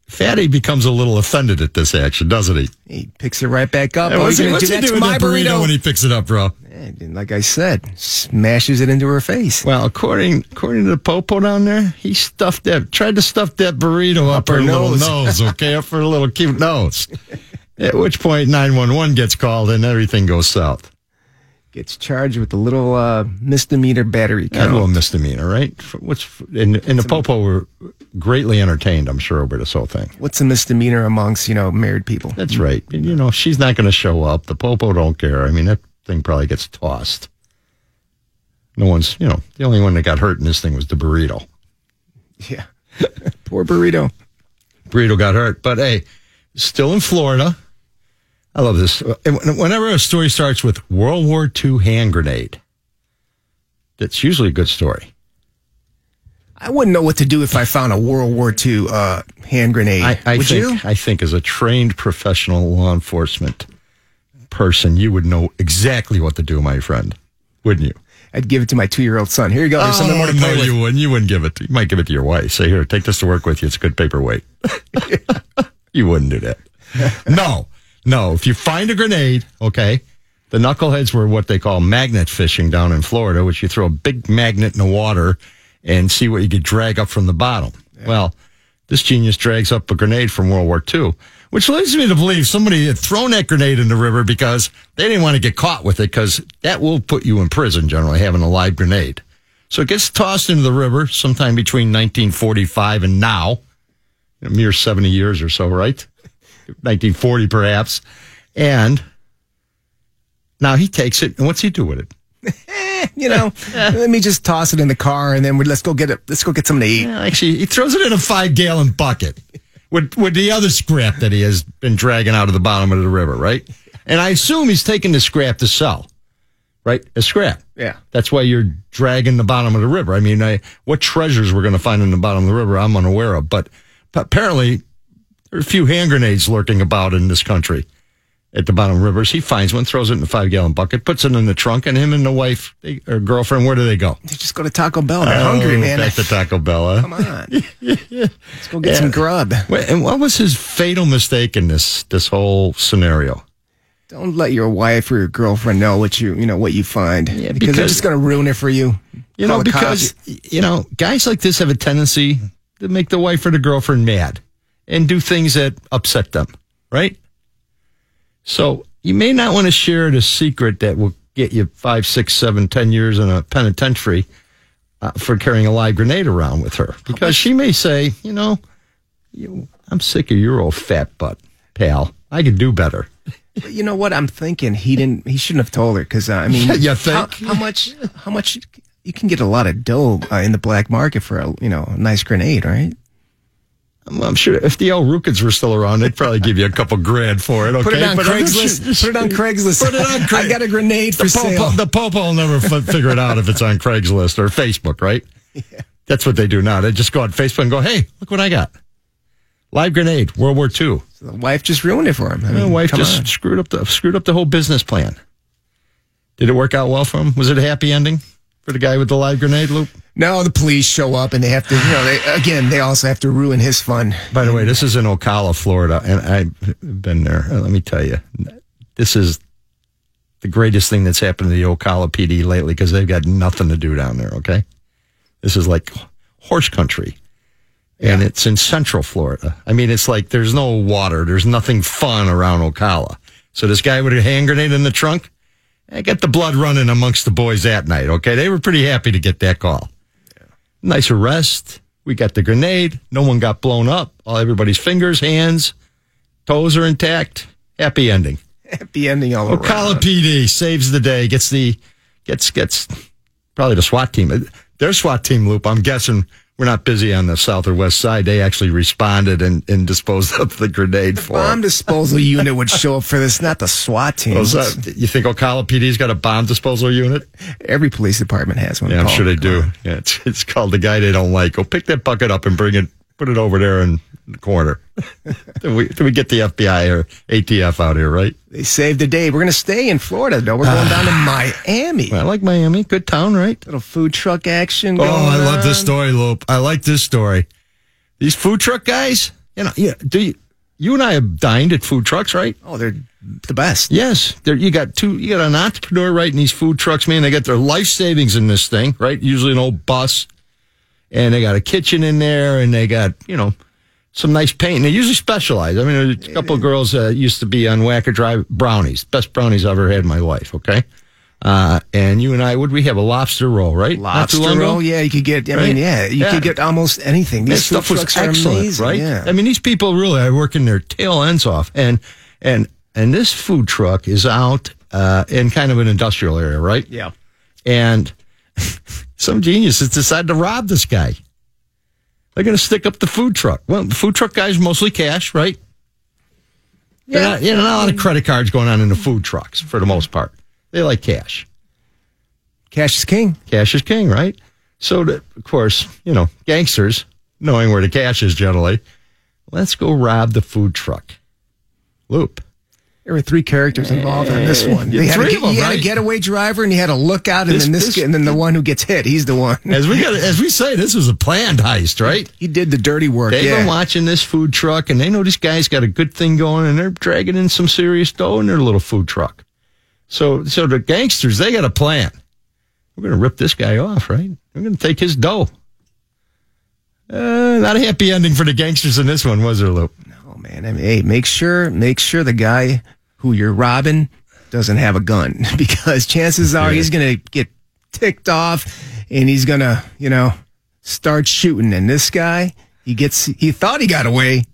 Fatty becomes a little offended at this action, doesn't he? He picks it right back up. Hey, oh, what's he, you're gonna what's do he that's doing with my that burrito, burrito. when he picks it up, bro? And like I said, smashes it into her face. Well, according according to the popo down there, he stuffed that tried to stuff that burrito up, her, her little nose. nose, okay, up her little cute nose. At which point, nine one one gets called and everything goes south. Gets charged with a little uh, misdemeanor battery That count. little misdemeanor, right? For- What's and, and the popo were greatly entertained, I'm sure, over this whole thing. What's a misdemeanor amongst you know married people? That's right. And, you know, she's not going to show up. The popo don't care. I mean, that thing probably gets tossed. No one's, you know, the only one that got hurt in this thing was the burrito. Yeah, poor burrito. Burrito got hurt, but hey, still in Florida. I love this. And Whenever a story starts with World War II hand grenade, that's usually a good story. I wouldn't know what to do if I found a World War II uh, hand grenade. I, I Would think, you? I think, as a trained professional law enforcement person, you would know exactly what to do, my friend, wouldn't you? I'd give it to my two-year-old son. Here you go. There's something more to Oh, no, play with. you wouldn't. You wouldn't give it. To, you might give it to your wife. Say, here, take this to work with you. It's a good paperweight. you wouldn't do that. No, no. If you find a grenade, okay. The knuckleheads were what they call magnet fishing down in Florida, which you throw a big magnet in the water and see what you could drag up from the bottom. Well, this genius drags up a grenade from World War II, which leads me to believe somebody had thrown that grenade in the river because they didn't want to get caught with it because that will put you in prison generally, having a live grenade. So it gets tossed into the river sometime between 1945 and now, a mere 70 years or so, right? 1940 perhaps. And now he takes it, and what's he do with it? You know, let me just toss it in the car and then we, let's go get it. Let's go get something to eat. Yeah, Actually, he throws it in a five gallon bucket with, with the other scrap that he has been dragging out of the bottom of the river, right? And I assume he's taking the scrap to sell, right? As scrap. Yeah. That's why you're dragging the bottom of the river. I mean, I, what treasures we're going to find in the bottom of the river, I'm unaware of. But p- apparently, there are a few hand grenades lurking about in this country at the bottom of rivers. He finds one, throws it in the five gallon bucket, puts it in the trunk, and him and the wife they, or girlfriend, where do they go? They just go to Taco Bell. They're hungry, Oh, man. Back to Taco Bell. Huh? Come on. Let's go get Yeah. some grub. Wait, and what was his fatal mistake in this this whole scenario? Don't let your wife or your girlfriend know what you you know what you find because, they're because- just going to ruin it for you. You Call know, the because cops. you know, guys like this have a tendency to make the wife or the girlfriend mad and do things that upset them, right? So you may not want to share the secret that will get you five, six, seven, ten years in a penitentiary uh, for carrying a live grenade around with her, because she may say, you know, you, I'm sick of your old fat butt, pal. I could do better. But you know what I'm thinking? He didn't. He shouldn't have told her because uh, I mean, You how, think? how much? How much? You can get a lot of dough uh, in the black market for a you know a nice grenade, right? I'm, I'm sure if the El Rukins were still around, they'd probably give you a couple grand for it. Okay, Put it on But I'm just- Craigslist. Put it on Craigslist. Put it on Craigslist. I got a grenade for the Pope, sale. The Pope will never f- figure it out if it's on Craigslist or Facebook, right? That's what they do now. They just go on Facebook and go, hey, look what I got. Live grenade, World War II. the wife just ruined it for him. I My mean, wife come just on. screwed up the screwed up the whole business plan. Did it work out well for him? Was it a happy ending for the guy with the live grenade loop? No, the police show up and they have to. You know, they again, they also have to ruin his fun. By the way, this is in Ocala, Florida, and I've been there. Uh, Let me tell you, this is the greatest thing that's happened to the Ocala PD lately because they've got nothing to do down there. Okay, this is like horse country, and it's in Central Florida. I mean, it's like there's no water, there's nothing fun around Ocala. So this guy with a hand grenade in the trunk, I got the blood running amongst the boys that night. Okay, they were pretty happy to get that call nice arrest. We got the grenade. No one got blown up. All everybody's fingers, hands, toes are intact. Happy ending. Happy ending all Ocala around. PD saves the day. Gets the gets gets probably the SWAT team. Their SWAT team loop. I'm guessing we're not busy on the south or west side. They actually responded and, and disposed of the grenade for. Bomb them. disposal unit would show up for this, not the SWat team. Those, uh, you think Ocala PD's got a bomb disposal unit? Every police department has one. Yeah, I'm Paul. sure they Come do. on. Yeah, it's, it's called the guy they don't like. Go pick that bucket up and bring it, put it over there in the corner. then, we, then we get the FBI or ATF out here, right? They saved the day. We're going to stay in Florida, though. We're going down to Miami. I like Miami. Good town, right? Little food truck action. Oh, I going love this on. story, Lope. I like this story. These food truck guys, you know, yeah, do you, you and I have dined at food trucks, right? Oh, they're the best. Yes, there you got two. You got an entrepreneur right in these food trucks, man. They got their life savings in this thing, right? Usually an old bus, and they got a kitchen in there, and they got you know some nice paint. And they usually specialize. I mean, there's a couple of girls uh, used to be on Wacker Drive brownies, best brownies I've ever had in my life. Okay, uh, and you and I would we have a lobster roll, right? Not too Lobster long ago? roll. Yeah, you could get. I Right? mean, yeah, you Yeah. could get almost anything. That These food stuff was trucks are excellent, amazing, right? Yeah. I mean, these people really are working their tail ends off, and and and this food truck is out uh, in kind of an industrial area, right? yeah. And some geniuses decide to rob this guy. They're going to stick up the food truck. Well, the food truck guy's mostly cash, right? Yeah, not, you know, not a lot of credit cards going on in the food trucks for the most part. They like cash Cash is king. cash is king, right? So, to, of course, you know, gangsters, knowing where the cash is generally, let's go rob the food truck. Loop. There were three characters involved in this one. They had, three a, of them, you had right? a getaway driver, and you had a lookout, and This- then this, this- guy- and then the one who gets hit, he's the one. As we got, as we say, this was a planned heist, right? he did the dirty work. They've been yeah. watching this food truck, and they know this guy's got a good thing going, and they're dragging in some serious dough in their little food truck. So, so the gangsters, they got a plan. We're going to rip this guy off, right? We're going to take his dough. Uh, not a happy ending for the gangsters in this one, was there, Loop? Oh man, I mean, hey, make sure make sure the guy who you're robbing doesn't have a gun because chances are he's gonna get ticked off and he's gonna you know start shooting. And this guy, he gets he thought he got away,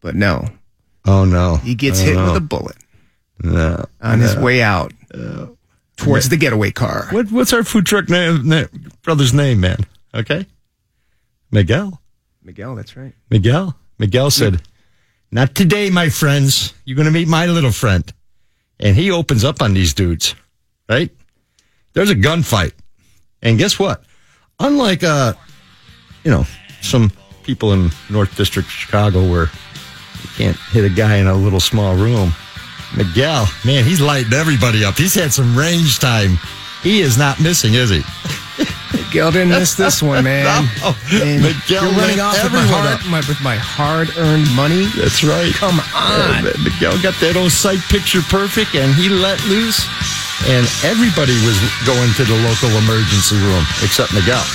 but no, Oh no, Oh, he gets hit with a bullet No. on his way out towards the getaway car. What, what's our food truck na- na- brother's name, man? Okay. Miguel. Miguel, that's right. Miguel. Miguel said, Not today, my friends. You're going to meet my little friend. And he opens up on these dudes, right? There's a gunfight. And guess what? Unlike, uh, you know, some people in North District Chicago where you can't hit a guy in a little small room, Miguel, man, he's lighting everybody up. He's had some range time. He is not missing, is he? Miguel didn't miss this one, man. No. And Miguel you're running lit off with my, everyone hard, up. my, with my hard-earned money. That's right. Come on. Yeah, Miguel got that old sight picture perfect, and he let loose, and everybody was going to the local emergency room except Miguel.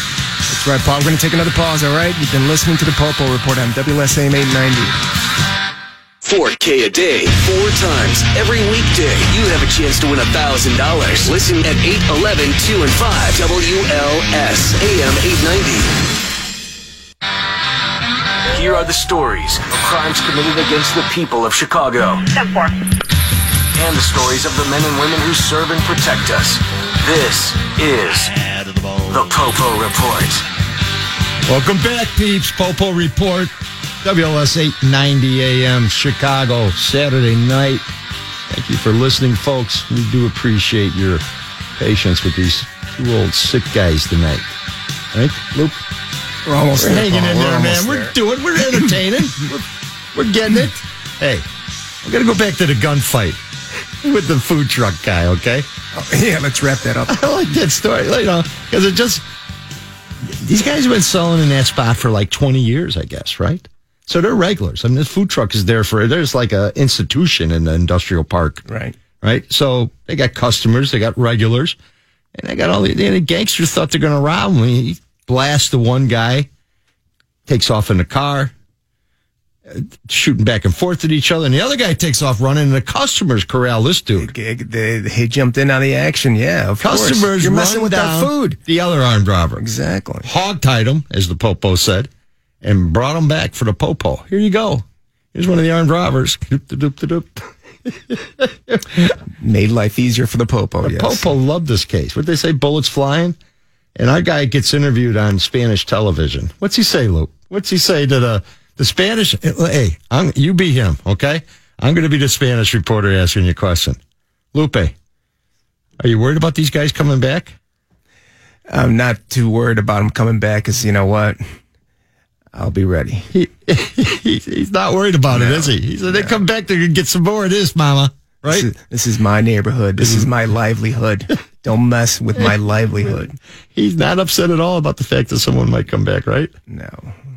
That's right, Paul. We're going to take another pause, all right? You've been listening to the Popo Report on WSAM 890. 4K a day, four times every weekday. You have a chance to win $1,000. Listen at 8, 11, 2, and 5. WLS AM 890. Here are the stories of crimes committed against the people of Chicago Ten four. and the stories of the men and women who serve and protect us. This is the Popo Report. Welcome back, peeps. Popo Report, WLS 890 AM, Chicago, Saturday night. Thank you for listening, folks. We do appreciate your patience with these two old sick guys tonight. Right, Luke? We're almost We're there, hanging Paul. in We're there, man. almost We're doing. We're entertaining. we're, we're getting it. Hey, we're gonna go back to the gunfight with the food truck guy. Okay, there. Yeah, let's wrap that up. I like that story. You know, because it just these guys have been selling in that spot for like twenty years, I guess, right? So they're regulars. I mean, this food truck is there for there's like a institution in the industrial park, Right. right? So they got customers, they got regulars, and they got all the, the gangsters thought they're going to rob him. He blasts the one guy, takes off in the car, uh, shooting back and forth at each other, and the other guy takes off running, and the customers corral this dude. He, he- he jumped in on the action. Yeah, of Customers course. You're run messing with down that food. The other armed robber Exactly. hogtied him, as the popo said, and brought him back for the popo. Here you go. Here's one of the armed robbers. Doop-de-doop-de-doop. Made life easier for the Popo, yes. Popo loved this case. What they say, bullets flying, and our guy gets interviewed on Spanish television. What's he say, Luke? What's he say to the the Spanish? Hey, I'm, you be him, okay? I'm going to be the Spanish reporter asking you a question. Lupe, are you worried about these guys coming back? I'm not too worried about him coming back because you know what? I'll be ready. He, he he's not worried about it, is he? He said they come back, they're going to get some more of this, Mama. Right? This is, this is my neighborhood. This is my livelihood. Don't mess with my livelihood. He's not upset at all about the fact that someone might come back, right? No.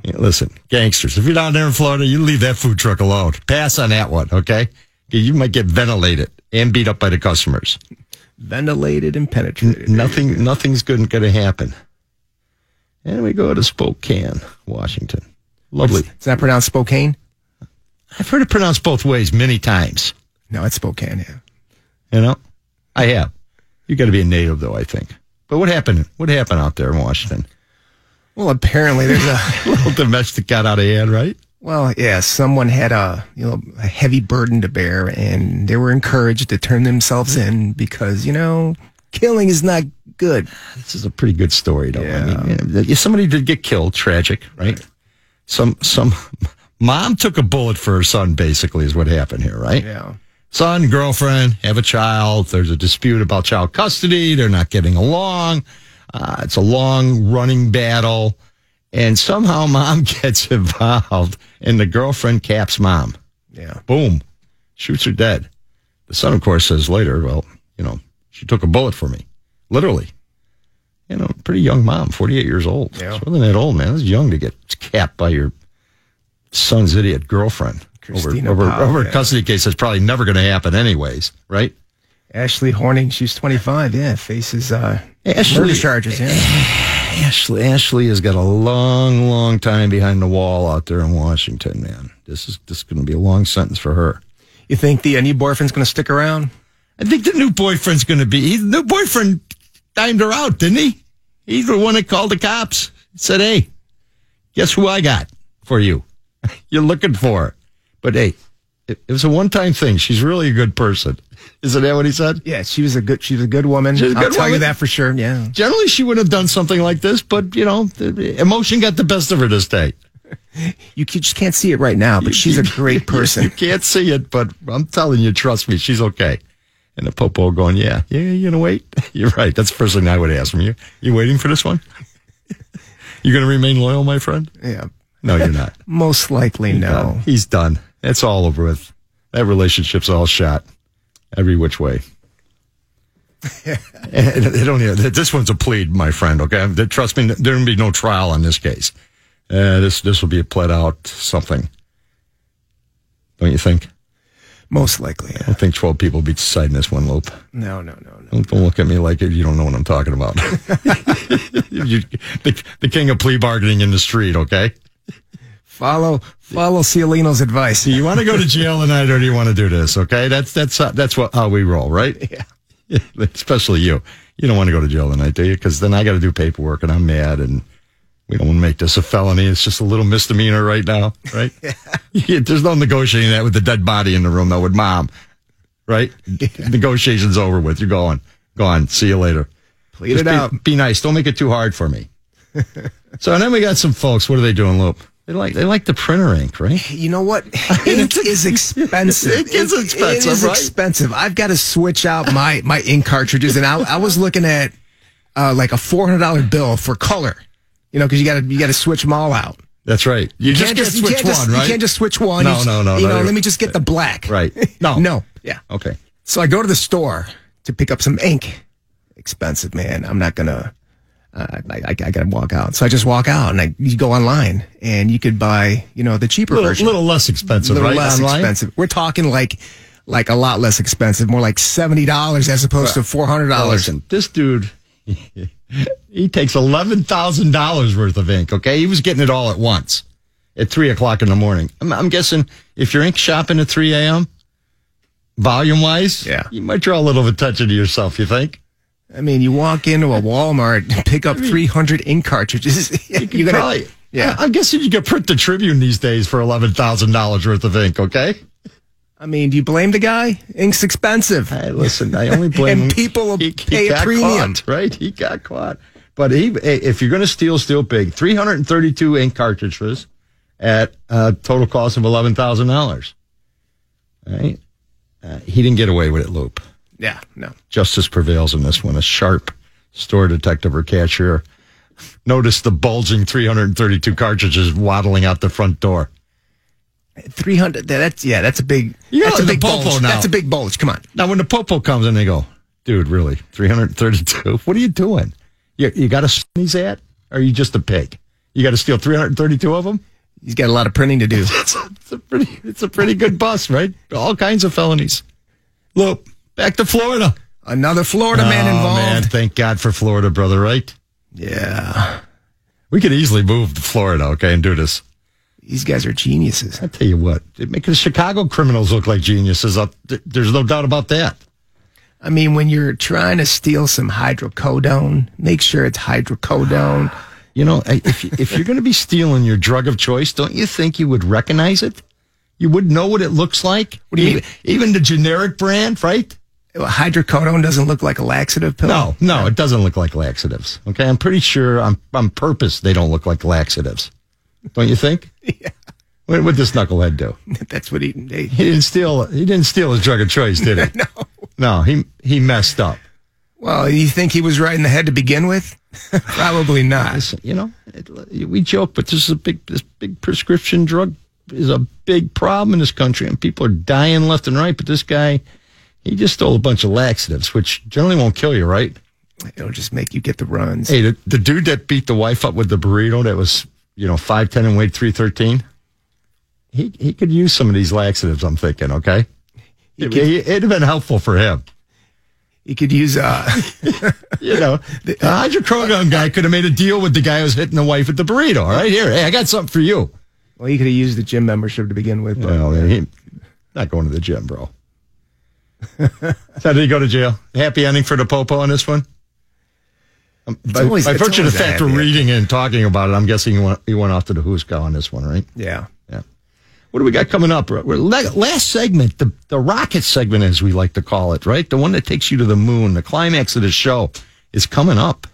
Yeah, listen, gangsters, if you're down there in Florida, you leave that food truck alone. Pass on that one, okay? 'Cause You might get ventilated and beat up by the customers. Ventilated and penetrated. Nothing, nothing's good going to happen. And we go to Spokane, Washington. Lovely. It's not pronounced Spokane? I've heard it pronounced both ways many times. No, it's Spokane. Yeah. You know, I have. You got to be a native, though. I think. But what happened? What happened out there in Washington? Well, apparently there's a. little domestic got out of hand, right? Well, yeah, someone had a you know a heavy burden to bear, and they were encouraged to turn themselves in because you know killing is not good. This is a pretty good story, though. I Yeah. mean, you know, if somebody did get killed, tragic, right? Some some mom took a bullet for her son. Basically, is what happened here, right? Yeah, Son, girlfriend, have a child. There's a dispute about child custody. They're not getting along. Uh, it's a long running battle, and somehow mom gets involved, and the girlfriend caps mom. yeah, Boom. Shoots her dead. The son, of course, says later, well, you know, she took a bullet for me. Literally. You know, pretty young mom, 48 years old. Yeah. She wasn't that old, man. It's young to get capped by your son's idiot girlfriend. Christina over over, Powell, over a yeah. custody case that's probably never going to happen anyways, right? Ashley Horning, she's 25. Yeah, faces uh, Ashley- murder charges. Yeah, Ashley, Ashley has got a long, long time behind the wall out there in Washington, man. This is, this is going to be a long sentence for her. you think the uh, new boyfriend's gonna stick around? I think the new boyfriend's going to be. His new boyfriend timed her out, didn't he? He's the one that called the cops. Said, "Hey, guess who I got for you? You're looking for." But hey, it, it was a one-time thing. She's really a good person. Isn't that what he said? Yeah, she was a good, she was a good woman. She's a I'll good tell you woman. that for sure. Yeah, Generally, she wouldn't have done something like this, but you know, the- the emotion got the best of her this day. you ca- just can't see it right now, but she's a great You person. can't see it, but I'm telling you, trust me, she's okay. And the popo going, yeah, yeah, you gonna wait? You're right. That's the first thing I would ask from you. You waiting for this one? you gonna remain loyal, my friend? Yeah, No, you're not. most likely no. He's done. It's all over with. That relationship's all shot. every which way. And they don't even, this one's a plead, my friend. Okay, They- trust me, there will be no trial on this case. Uh, this this will be a pled out something, don't you think? Most likely. I don't think twelve people will be deciding this one, Lope. No, no, no, no. Don't, don't look at me like you don't know what I'm talking about. you, the, the king of plea bargaining in the street. Okay, Follow follow Cialino's advice. do you want to go to jail tonight, or do you want to do this? Okay, that's that's uh, that's what how we roll, right? Yeah. Especially you. You don't want to go to jail tonight, do you? Because then I got to do paperwork, and I'm mad, and we don't want to make this a felony. It's just a little misdemeanor right now, right? yeah. There's no negotiating that with the dead body in the room, though, with mom, right? Negotiation's over with. You're going, gone. See you later. Plead Just it be, out. Be nice. Don't make it too hard for me. so and then we got some folks. What are they doing, Lope? They like they like the printer ink, right? You know what? Ink is expensive. It is expensive, It is right? expensive. I've got to switch out my my ink cartridges, and I, I was looking at uh, like a four hundred dollar bill for color. You know, because you got to you got to switch them all out. That's right. You, You just can't get you switch can't one, just- right? You can't just switch one. You No, just- no, no, You no. know, let me just get the black. Right. No. no. Yeah. Okay. So I go to the store to pick up some ink. Expensive, man. I'm not gonna. Uh, I, I, I gotta walk out. So I just walk out, and I you go online, and you could buy you know the cheaper Little, version, little less expensive, little right? less Online? expensive. We're talking like like a lot less expensive, more like seventy dollars as opposed to four hundred Now, dollars. Listen, this dude, he takes eleven thousand dollars worth of ink. Okay, he was getting it all at once at three o'clock in the morning. I'm, I'm guessing if you're ink shopping at three a.m. volume wise, Yeah. you might draw a little of a attention to yourself. You think? I mean, you walk into a Walmart, and pick up three hundred ink cartridges. You You gotta- probably, yeah. I, am guessing you could print the Tribune these days for eleven thousand dollars worth of ink. Okay. I mean, do you blame the guy? Ink's expensive. Hey, Uh, listen, I only blame And him. people will pay a got premium. caught, right? He got caught. But he, hey, if you're going to steal, steal big. 332 ink cartridges at a total cost of $11,000. Right? Uh, he didn't get away with it, Loop. Yeah, no. Justice prevails in this one. A sharp store detective or cashier noticed the bulging 332 cartridges waddling out the front door. Three hundred. That's yeah. That's a big. You got that's a the big popo bulge. now. That's a big bulge. Come on. Now, when the popo comes and they go, dude, really, 332? What are you doing? You, you got to sneeze at? Or are you just a pig? You got to steal 332 of them? He's got a lot of printing to do. It's a, it's a pretty, it's a pretty good bust, right? All kinds of felonies. Look, back to Florida. Another Florida man Oh, man, involved. thank God for Florida, brother, right? Yeah, We could easily move to Florida, okay, and do this. these guys are geniuses. I tell you what, it makes the Chicago criminals look like geniuses. Up, th- there's no doubt about that. I mean, when you're trying to steal some hydrocodone, make sure it's hydrocodone. You know, I- if, you- if you're going to be stealing your drug of choice, don't you think you would recognize it? You would know what it looks like? What do you even, mean? Even the generic brand, right? Hydrocodone doesn't look like a laxative pill. No, no, it doesn't look like laxatives. Okay, I'm pretty sure on, on purpose they don't look like laxatives. Don't you think? yeah. What would this knucklehead do? that's what he. They, He didn't steal. He didn't steal his drug of choice, did he? no. No, he he messed up. well, you think he was right in the head to begin with? Probably not. Listen, you know, it, we joke, but this is a big, this big prescription drug is a big problem in this country, and people are dying left and right. But this guy, he just stole a bunch of laxatives, which generally won't kill you, right? It'll just make you get the runs. Hey, the, the dude that beat the wife up with the burrito that was, you know, five ten and weighed three thirteen, he he could use some of these laxatives. I'm thinking, okay, it, it'd have been helpful for him. You could use uh, you know, the hydrocodone guy could have made a deal with the guy who was hitting the wife at the burrito. All right, here, hey, I got something for you. well, you could have used the gym membership to begin with. But Well, he, not going to the gym, bro. so did he go to jail? Happy ending for the popo on this one. Um, by always- by it's virtue of the always a fact we're happy reading and talking about it, I'm guessing he went, he went off to the Huska on this one, right? yeah. Yeah. What do we got coming up? We're la- last segment, the, the rocket segment, as we like to call it, right? The one that takes you to the moon, the climax of the show, is coming up.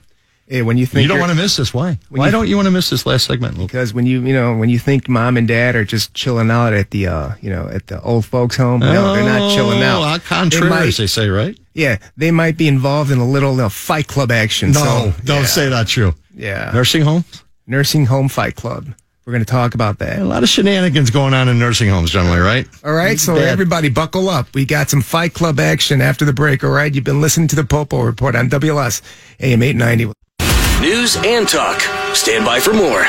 Hey, when you think you don't you're- want to miss this. Why? When Why you- don't you want to miss this last segment? Luke? Because when you you know when you think mom and dad are just chilling out at the uh you know at the old folks home, no, they're not chilling out. Oh, Au They contrary, might- as they say, right? yeah, they might be involved in a little uh, fight club action. so, don't say that's true. Yeah. Nursing home? nursing home fight club. We're going to talk about that. A lot of shenanigans going on in nursing homes generally, right? All right, so Dad. everybody buckle up. We got some Fight Club action after the break. All right, you've been listening to the Popo Report on WLS AM 890. News and talk. Stand by for more.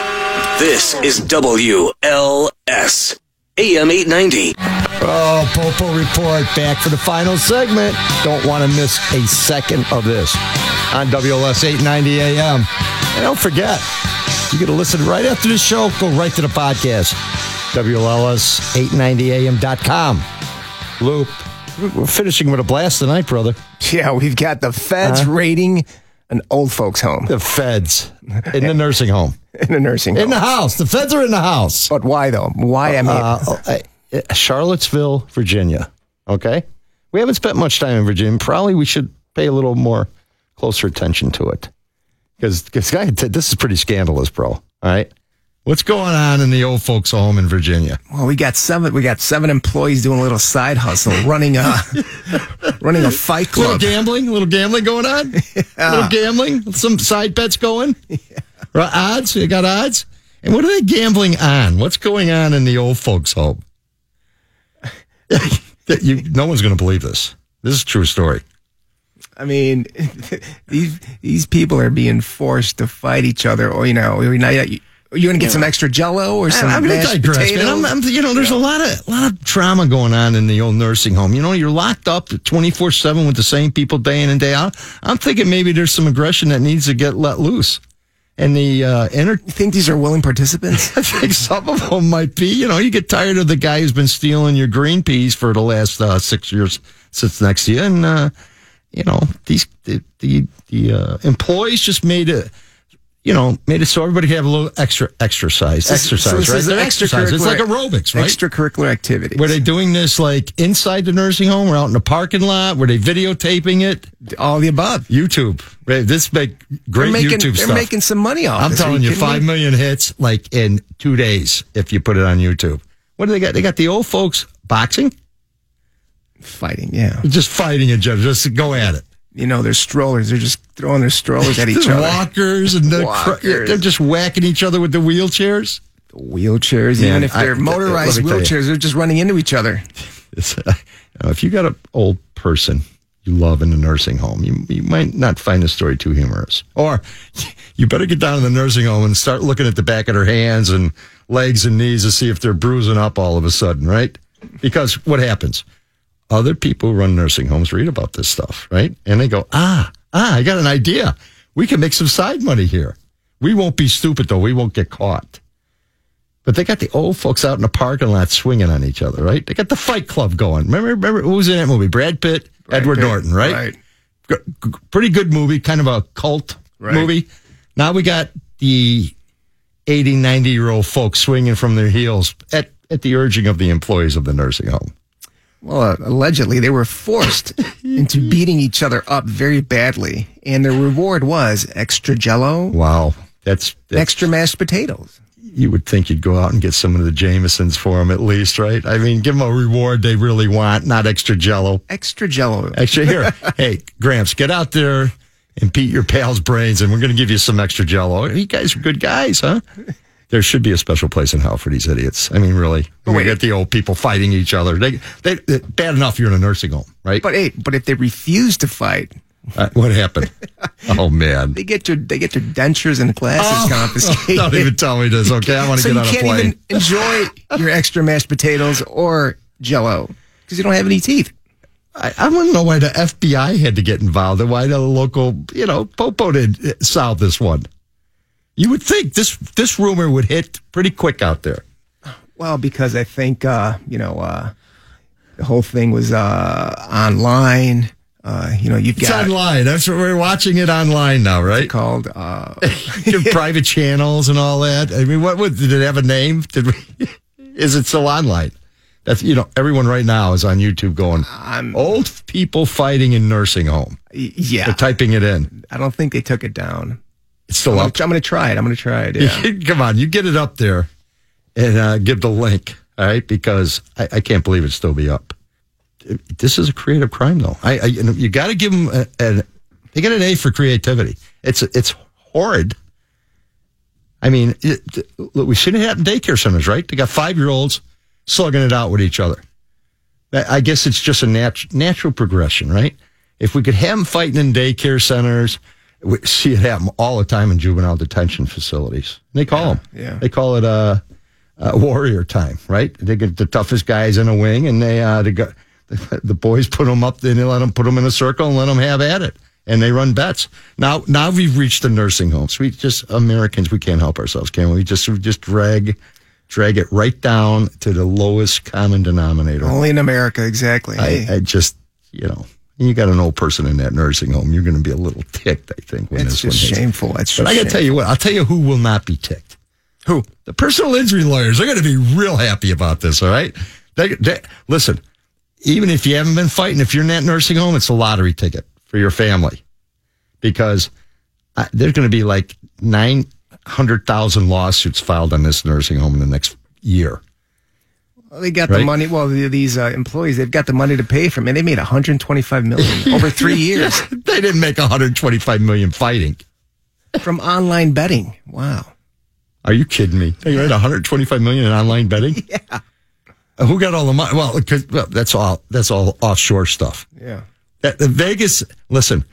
This is WLS AM 890. Oh, Popo Report back for the final segment. Don't want to miss a second of this on WLS 890 AM. And don't forget, you get to listen right after the show. Go right to the podcast, WLS890AM.com. Loop. We're finishing with a blast tonight, brother. Yeah, we've got the feds Uh-huh. raiding an old folks' home The feds in the nursing home. in a nursing In home. the house. The feds are in the house. But why though? Why? I mean, Uh, uh, uh, Charlottesville, Virginia. Okay. We haven't spent much time in Virginia. Probably we should pay a little more closer attention to it. Because this is pretty scandalous, bro. All right. What's going on in the old folks' home in Virginia? well, we got seven. We got seven employees doing a little side hustle, running a running a Fight A little Club. gambling, a little gambling going on. A little gambling, some side bets going. Right, Odds, you got odds. And what are they gambling on? What's going on in the old folks' home? That you, no one's going to believe this. This is a true story. I mean, these these people are being forced to fight each other, or you know, you're not, you, you gonna get some extra Jello or some I'm going to mashed digress, potatoes? man. I'm, I'm, you know, there's a lot of lot of drama going on in the old nursing home. You know, you're locked up 24 seven with the same people day in and day out. I'm thinking maybe there's some aggression that needs to get let loose, and the uh, inner. you think these are willing participants? I think some of them might be. You know, you get tired of the guy who's been stealing your green peas for the last uh, six years since next year, and uh, you know these the the, the uh, employees just made it. You know, made it so everybody could have a little extra exercise. So exercise, this right? is They're exercise. It's like extracurricular- aerobics, right? Extracurricular activities. Were they doing this like inside the nursing home or out in the parking lot? Were they videotaping it? All the above. YouTube. Right, This make They're great making, YouTube they're stuff. making some money off. I'm this. Are telling you, kidding me? five million hits like in two days if you put it on YouTube. What do they got? They got the old folks boxing, fighting. Yeah, just fighting each other, just go at it. you know, they're strollers. They're just throwing their strollers at each Just other. walkers and the cr- Walkers. they're just whacking each other with the wheelchairs. Wheelchairs, Yeah, even if they're I- motorized let me tell you. wheelchairs, they're just running into each other. It's, uh, you know, if you got an old person you love in a nursing home, you, you might not find the story too humorous. Or you better get down to the nursing home and start looking at the back of their hands and legs and knees to see if they're bruising up all of a sudden, right? Because what happens? Other people who run nursing homes read about this stuff, right? And they go, ah, ah, I got an idea. We can make some side money here. We won't be stupid though. We won't get caught. But they got the old folks out in the parking lot swinging on each other, right? They got the Fight Club going. Remember, remember who was in that movie? Brad Pitt, Edward Pitt, Norton, right? right. G- g- pretty good movie, kind of a cult Right. movie. Now we got the 80, 90 year old folks swinging from their heels at, at the urging of the employees of the nursing home. Well, uh, allegedly, they were forced into beating each other up very badly, and their reward was extra Jello, Wow. That's, that's extra mashed potatoes. you would think you'd go out and get some of the Jamesons for them at least, right? I mean, give them a reward they really want, not extra jello. Extra Jello. Extra here. hey, Gramps, get out there and beat your pal's brains, and we're going to give you some extra jello. You guys are good guys, huh? There should be a special place in hell for these idiots. I mean, really. We wait. got the old people fighting each other. They, they, bad enough you're in a nursing home, right? But hey, but if they refuse to fight, Uh, what happened? oh, man. they get your they get their dentures and glasses confiscated. Don't Oh. even tell me this, okay? I want to get so on you a can't plane. even enjoy your extra mashed potatoes or Jello because you don't have any teeth. I, I want to know why the FBI had to get involved and why the local, you know, Popo did uh, solve this one. You would think this this rumor would hit pretty quick out there. Well, because I think uh, you know uh, the whole thing was uh, online. Uh, you know, you've It's got online. That's what we're watching it online now, right? called uh, Your private channels and all that. I mean, what would did it have a name? Did we? Is it still online? That's you know, everyone right now is on YouTube going old people fighting in nursing home. y- yeah. They're typing it in. I don't think they took it down. It's still I'm up. gonna try it. I'm gonna try it. Yeah. Come on, you get it up there and uh, give the link, all right? Because I, I can't believe it still be up. This is a creative crime, though. I, I you, know, you got to give them an they get an A for creativity. It's it's horrid. I mean, it, th- look, we've seen it happen in daycare centers, right? They got five year olds slugging it out with each other. That- I guess it's just a nat- natural progression, right? If we could have them fighting in daycare centers, we see it happen all the time in juvenile detention facilities. They call them, yeah. they call it uh, uh, warrior time, right? They get the toughest guys in a wing, and they uh, the, gu- the boys put them up, then they let them put them in a circle and let them have at it, and they run bets. Now, now we've reached the nursing homes. We just Americans, we can't help ourselves, can we? We Just we just drag drag it right down to the lowest common denominator. Only in America, exactly. I, I just you know. You got an old person in that nursing home. You're going to be a little ticked, I think, when this it's just one hits. shameful. It's But I got to tell you what. I'll tell you who will not be ticked. who The personal injury lawyers are going to be real happy about this. All right. They, they, listen, even if you haven't been fighting, if you're in that nursing home, it's a lottery ticket for your family because I, there's going to be like 900,000 lawsuits filed on this nursing home in the next year. Well, they got Right? the money. Well, the, these uh, employees, they've got the money to pay for. Man, they made 125 million over three years they didn't make 125 million fighting. from online betting. Wow. Are you kidding me? They made 125 million in online betting. Yeah. Who got all the money? Well, 'cause- well, that's all. That's all offshore stuff. Yeah. That the Vegas, listen,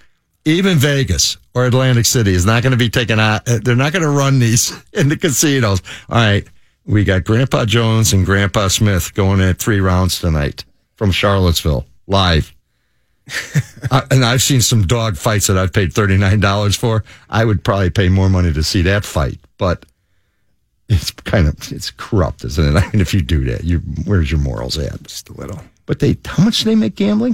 even Vegas or Atlantic City is not going to be taken out. uh, They're not going to run these in the casinos. All right. We got Grandpa Jones and Grandpa Smith going at three rounds tonight from Charlottesville live. I, and I've seen some dog fights that I've paid $39 for. I would probably pay more money to see that fight, but it's kind of, it's corrupt, isn't it? I mean, if you do that, you, where's your morals at? Just a little. But they, how much do they make gambling?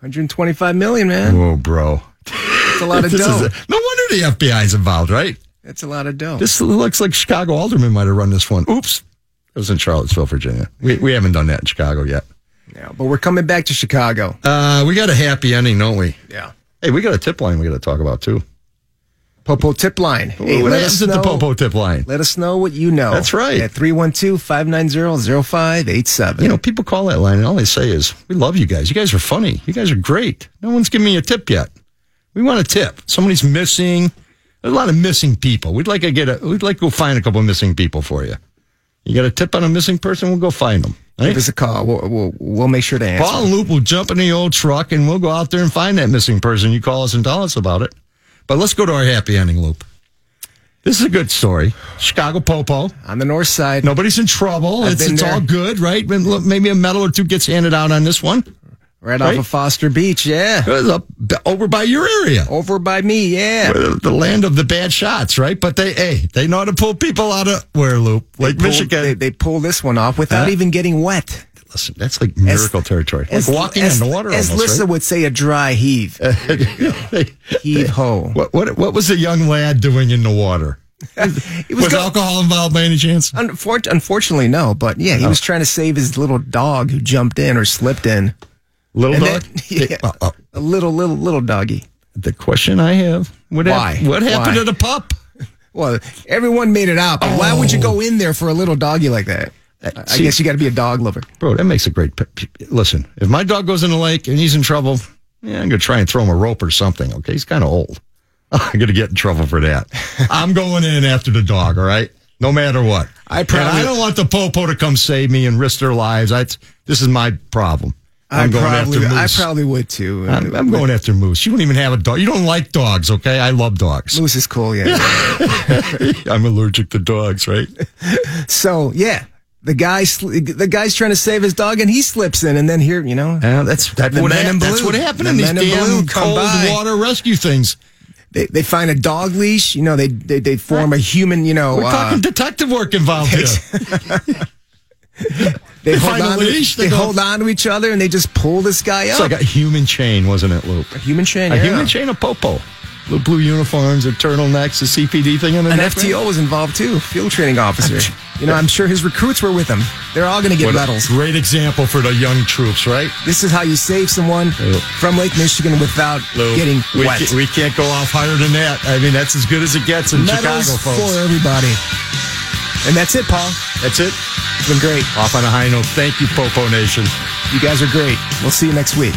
125 million, man. Whoa, bro. That's a lot of This is dough. a- no wonder the FBI's involved, right? That's a lot of dough. This looks like Chicago alderman might have run this one. Oops. It was in Charlottesville, Virginia. We, we haven't done that in Chicago yet. Yeah, but we're coming back to Chicago. Uh, we got a happy ending, don't we? Yeah. Hey, we got a tip line we got to talk about, too. Popo tip line. Hey, what let happens us at the know- Popo tip line? Let us know what you know. That's right. At 312 590 0587. You know, people call that line and all they say is, We love you guys. You guys are funny. You guys are great. No one's giving me a tip yet. We want a tip. Somebody's missing. There's a lot of missing people. We'd like to get a, we'd like to go find a couple of missing people for you. You got a tip on a missing person? We'll go find them. Right? give us a call. We'll, we'll, we'll make sure to answer. Paul and Loop will jump in the old truck and we'll go out there and find that missing person. You call us and tell us about it. But let's go to our happy ending loop. This is a good story. Chicago Popo. On the north side. Nobody's in trouble. I've it's been it's there. all good, right? But look, Maybe a medal or two gets handed out on this one. Right, Right? off of Foster Beach. It Yeah. was up over by your area. Over by me. Yeah. The the land of the bad shots, right? But they, hey, they know how to pull people out of where loop, Lake Pulled- Michigan. They, they pull this one off without Huh? even getting wet. listen, that's like miracle territory. Like walking as, in the water. As almost, Lissa right? Uh, would say, a dry heave. heave ho. What, what what was the young lad doing in the water? It Was, was go- alcohol involved by any chance? unfor- unfortunately, no, but yeah, he Oh. was trying to save his little dog who jumped in or slipped in. Little And dog. then- yeah, Uh, uh, a little, little, little doggy. the question I have: What hap- Why? what happened to Why? the pup? Well, everyone made it out, but why would you go in there for a little doggy like that? I, I Oh. Uh, see- guess you got to be a dog lover. Bro, that makes a great. p- p- Listen, if my dog goes in the lake and he's in trouble, yeah, I'm gonna try and throw him a rope or something. Okay, he's kind of old. I'm gonna get in trouble for that. I'm going in after the dog. All right, no matter what. I And probably- I don't want the popo to come save me and risk their lives. I, this is my problem. I'm I going probably, after I moose. probably would too. Uh, I'm, I'm going after moose. You don't even have a dog. You don't like dogs, okay? I love dogs. Moose is cool, yeah. I'm allergic to dogs, right? So yeah, the guy, sl- the guy's trying to save his dog, and he slips in, and then here, you know, that's that The what men hap- in that's blue. what happened The in these men in blue damn come cold by. water rescue things. they, they find a dog leash. You know, they they, they form a human. You know, We're uh, talking detective work involved here. they, they hold find a on, leash, to, they they go- hold on to each other, and they just pull this guy It's up. like a human chain, wasn't it, Luke? human chain. A yeah. human chain of popo. The blue uniforms, the turtlenecks, the CPD thing, and An FTO was involved too, field training officer. You know, I'm sure his recruits were with him. They're all going to get What a medals. great example for the young troops, right? This is how you save someone from Lake Michigan without Lou, getting we, wet. ca- we can't go off higher than that. I mean, that's as good as it gets in medals Chicago, folks. for everybody. And that's it, Paul. That's it. It's been great. Off on a high note. Thank you, Popo Nation. You guys are great. We'll see you next week.